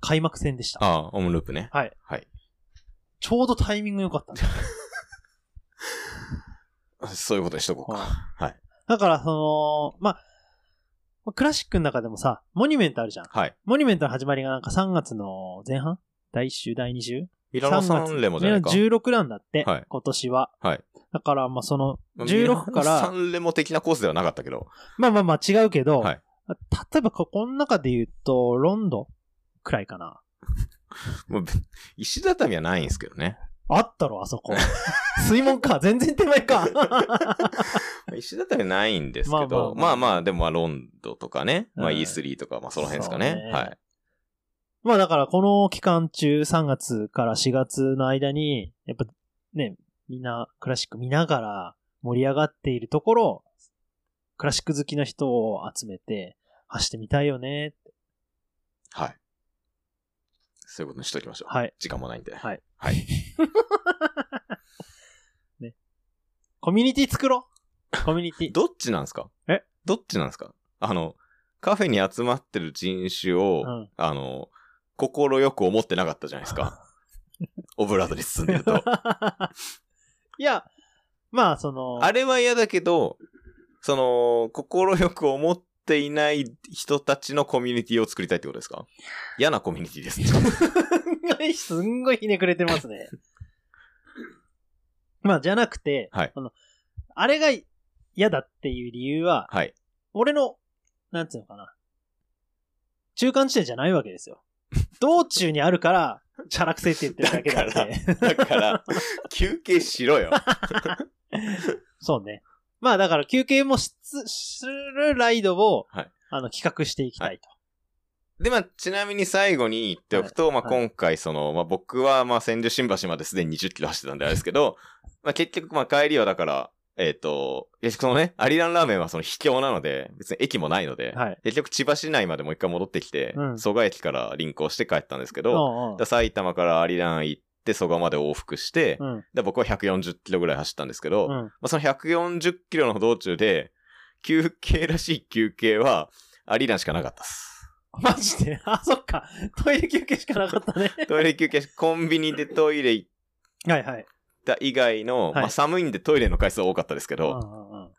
開幕戦でした。ああ、オムループね。はい。はい。ちょうどタイミング良かったんだよそういうことにしとこうか。はい。だから、その、まあ、クラシックの中でもさ、モニュメントあるじゃん。はい。モニュメントの始まりがなんか3月の前半第1週、第2週ミラノサンレモじゃないか。ミラノ16なんだって、はい今年は。はい。だから、まあ、その、まあ16かミラノサら、ンレモ的なコースではなかったけど。まあまあまあ違うけど、はい例えばここの中で言うと、ロンドくらいかな。もうべ石畳はないんですけどね。あったろ、あそこ。 水門か。全然手前か。 石畳ないんですけど、ままあまあまああまあ、でもまあ、ロンドとかね、まあうん E3 とか、まあその辺ですかそうね。ねはい。まあだからこの期間中、3月から4月の間に、やっぱね、みんなクラシック見ながら盛り上がっているところ、クラシック好きな人を集めて走ってみたいよね。はい。そういうことにしときましょう。はい。時間もないんで。はい。はい。コミュニティ作ろうコミュニ ティ。どっちなんですかえどっちなんですかあの、カフェに集まってる人種を、うんあの、心よく思ってなかったじゃないです か。オブラートに包んでると。 いや、まあその、あれは嫌だけど、その、心よく思っていない人たちのコミュニティを作りたいってことですか嫌なコミュニティ ですね。すんごい、すんごいひねくれてますね。 まあじゃなくて、はいあの、あれが嫌だっていう理由は、はい。俺の、なんていうのかな。中間地点じゃないわけで すよ。道中にあるから、チャラくせえって言ってるだけだだっかて。だから、休憩しろよ。 そうね。まあだから休憩もしつするライドを、はいあの企画していきたいと。で、まあ、ちなみに最後に言っておくと、まあ、はい今回、その、まあ、僕は、まあ、千住新橋まですでに20キロ走ってたんであれですけど、まあ、結局、まあ、帰りはだから、えっ、と、結局そのね、アリランラーメンはその秘境なので、別に駅もないので、はい結局千葉市内までもう一回戻ってきて、うん蘇我駅から輪行して帰ったんですけど、うんうんだ埼玉からアリラン行って、蘇我まで往復して、うんで僕は140キロぐらい走ったんですけど、うまん。あ、その140キロの道中で、休憩らしい休憩は、アリランしかなかったです。 マジであ、そっか。トイレ休憩しかなかったね。トイレ休憩し、コンビニでトイレ行っはいはい。た以外の、はいまあ寒いんでトイレの回数多かったですけうんうど、んうん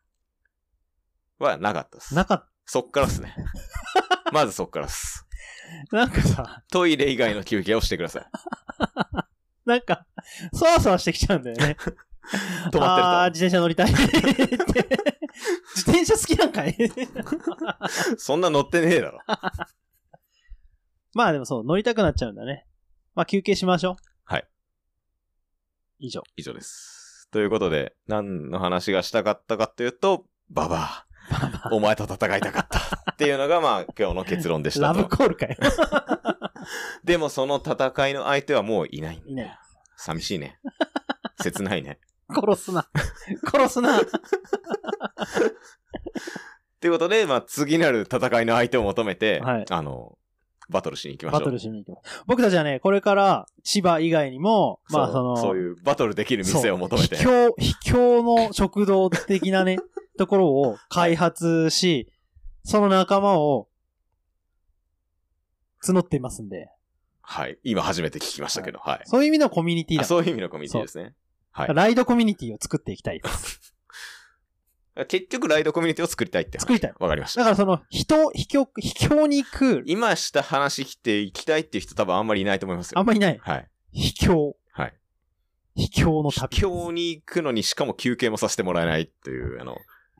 はなかったです。なかっそっから ですね。まずそっからです。た、なんかさ、トイレ以外の休憩をしてください。なんか、そわそわしてきちゃうんだよね。 止まあーってる自転車乗りたい。 って自転車好きなんかいと。そんな乗ってねえだろ。まあでもそう、乗りたくなっちゃうんだね。まあ休憩しましょう。はい。以上。以上です。ということで、何の話がしたかったかというと、ババア。お前と戦いたかった。っていうのが、まあ、今日の結論でしラたブと。コール かよ。でも、その戦いの相手はもういない。いない。寂しいね。切ないね。殺す な。殺すな。ということで、まあ、次なる戦いの相手を求めて、はいあの、バトルしに行きましょう。 バトルしに行きます。僕たちはね、これから千葉以外にも、まあそうその、そういうバトルできる店を求めて。そう秘境、秘境の食堂的な ね、ところを開発し、その仲間を募っていますんで、はい。今初めて聞きましたけど、はい。そういう意味のコミュニティあだ。そういう意味のコミュニティですね。はい。ライドコミュニティを作っていきたい です。結局、ライドコミュニティを作りたいって話。作りたいわかりました。だからその、人、秘境、秘境に行く、今した話していきたいっていう人多分あんまりいないと思いますよ。あんまりいない。はい。秘境。はい。秘境の秘旅。境に行くのにしかも休憩もさせてもらえないっていう、あの、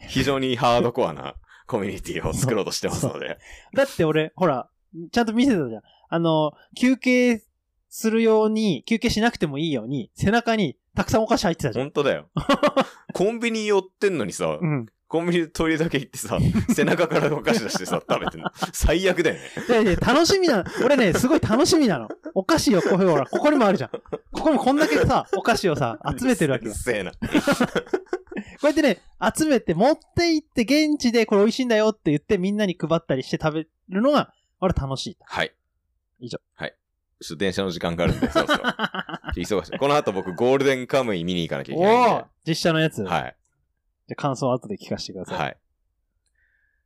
非常にハードコアなコミュニティを作ろうとしてますので。だって俺、ほら、ちゃんと見せたじゃん。あの、休憩するように、休憩しなくてもいいように、背中にたくさんお菓子入ってたじゃん。本当 だよ。コンビニ寄ってんのにさう、ん。コンビニでトイレだけ行って さ、背中からお菓子出してさ、食べてんの。最悪だよね。で、で、楽しみなの。俺ね、すごい楽しみなの。お菓子を、こうほら、ここにもあるじゃん。ここにもこんだけさ、お菓子をさ、集めてるわけうよっ。せえな。こうやってね、集めて持って行って現地でこれ美味しいんだよって言ってみんなに配ったりして食べるのが、俺楽しい。 はい。以上。はい。ちょっと電車の時間があるんで、そう そう。忙しい。この後僕、ゴールデンカムイ見に行かなきゃいおけないんお実写のやつ。で。はい。じゃあ感想は後で聞かせてください。はい。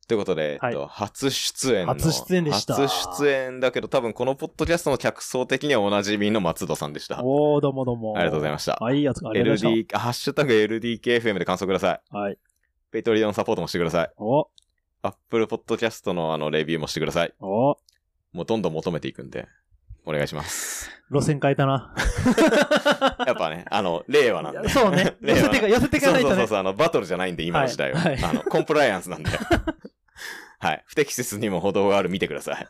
ということで、えっと、初出演の。初出演でした初出演だけど、多分このポッドキャストの客層的にはおなじみの松戸さんでした。あおー、どうもどうも。りがとうございましした。あ、いいやつか、ありがとうございまし LD、ハッシュタグ LDKFM で感想ください。た。はい。ペイトリオンサポートもしてください。お、アップルポッドキャストのあの、レビューもしてください。お、もうどんどん求めていくんで、お願いし ます。路線変えたな。やっぱね、あの、令和なんで。 そう ね。令寄せ和てか、寄せてかないとそうそうねそ。うあの、バトルじゃないんで、今の時代は。はいはあの、コンプライアンスなん で。はい。不適切にも程がある、見てください。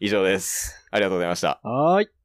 以上です。ありがとうございました。はーい。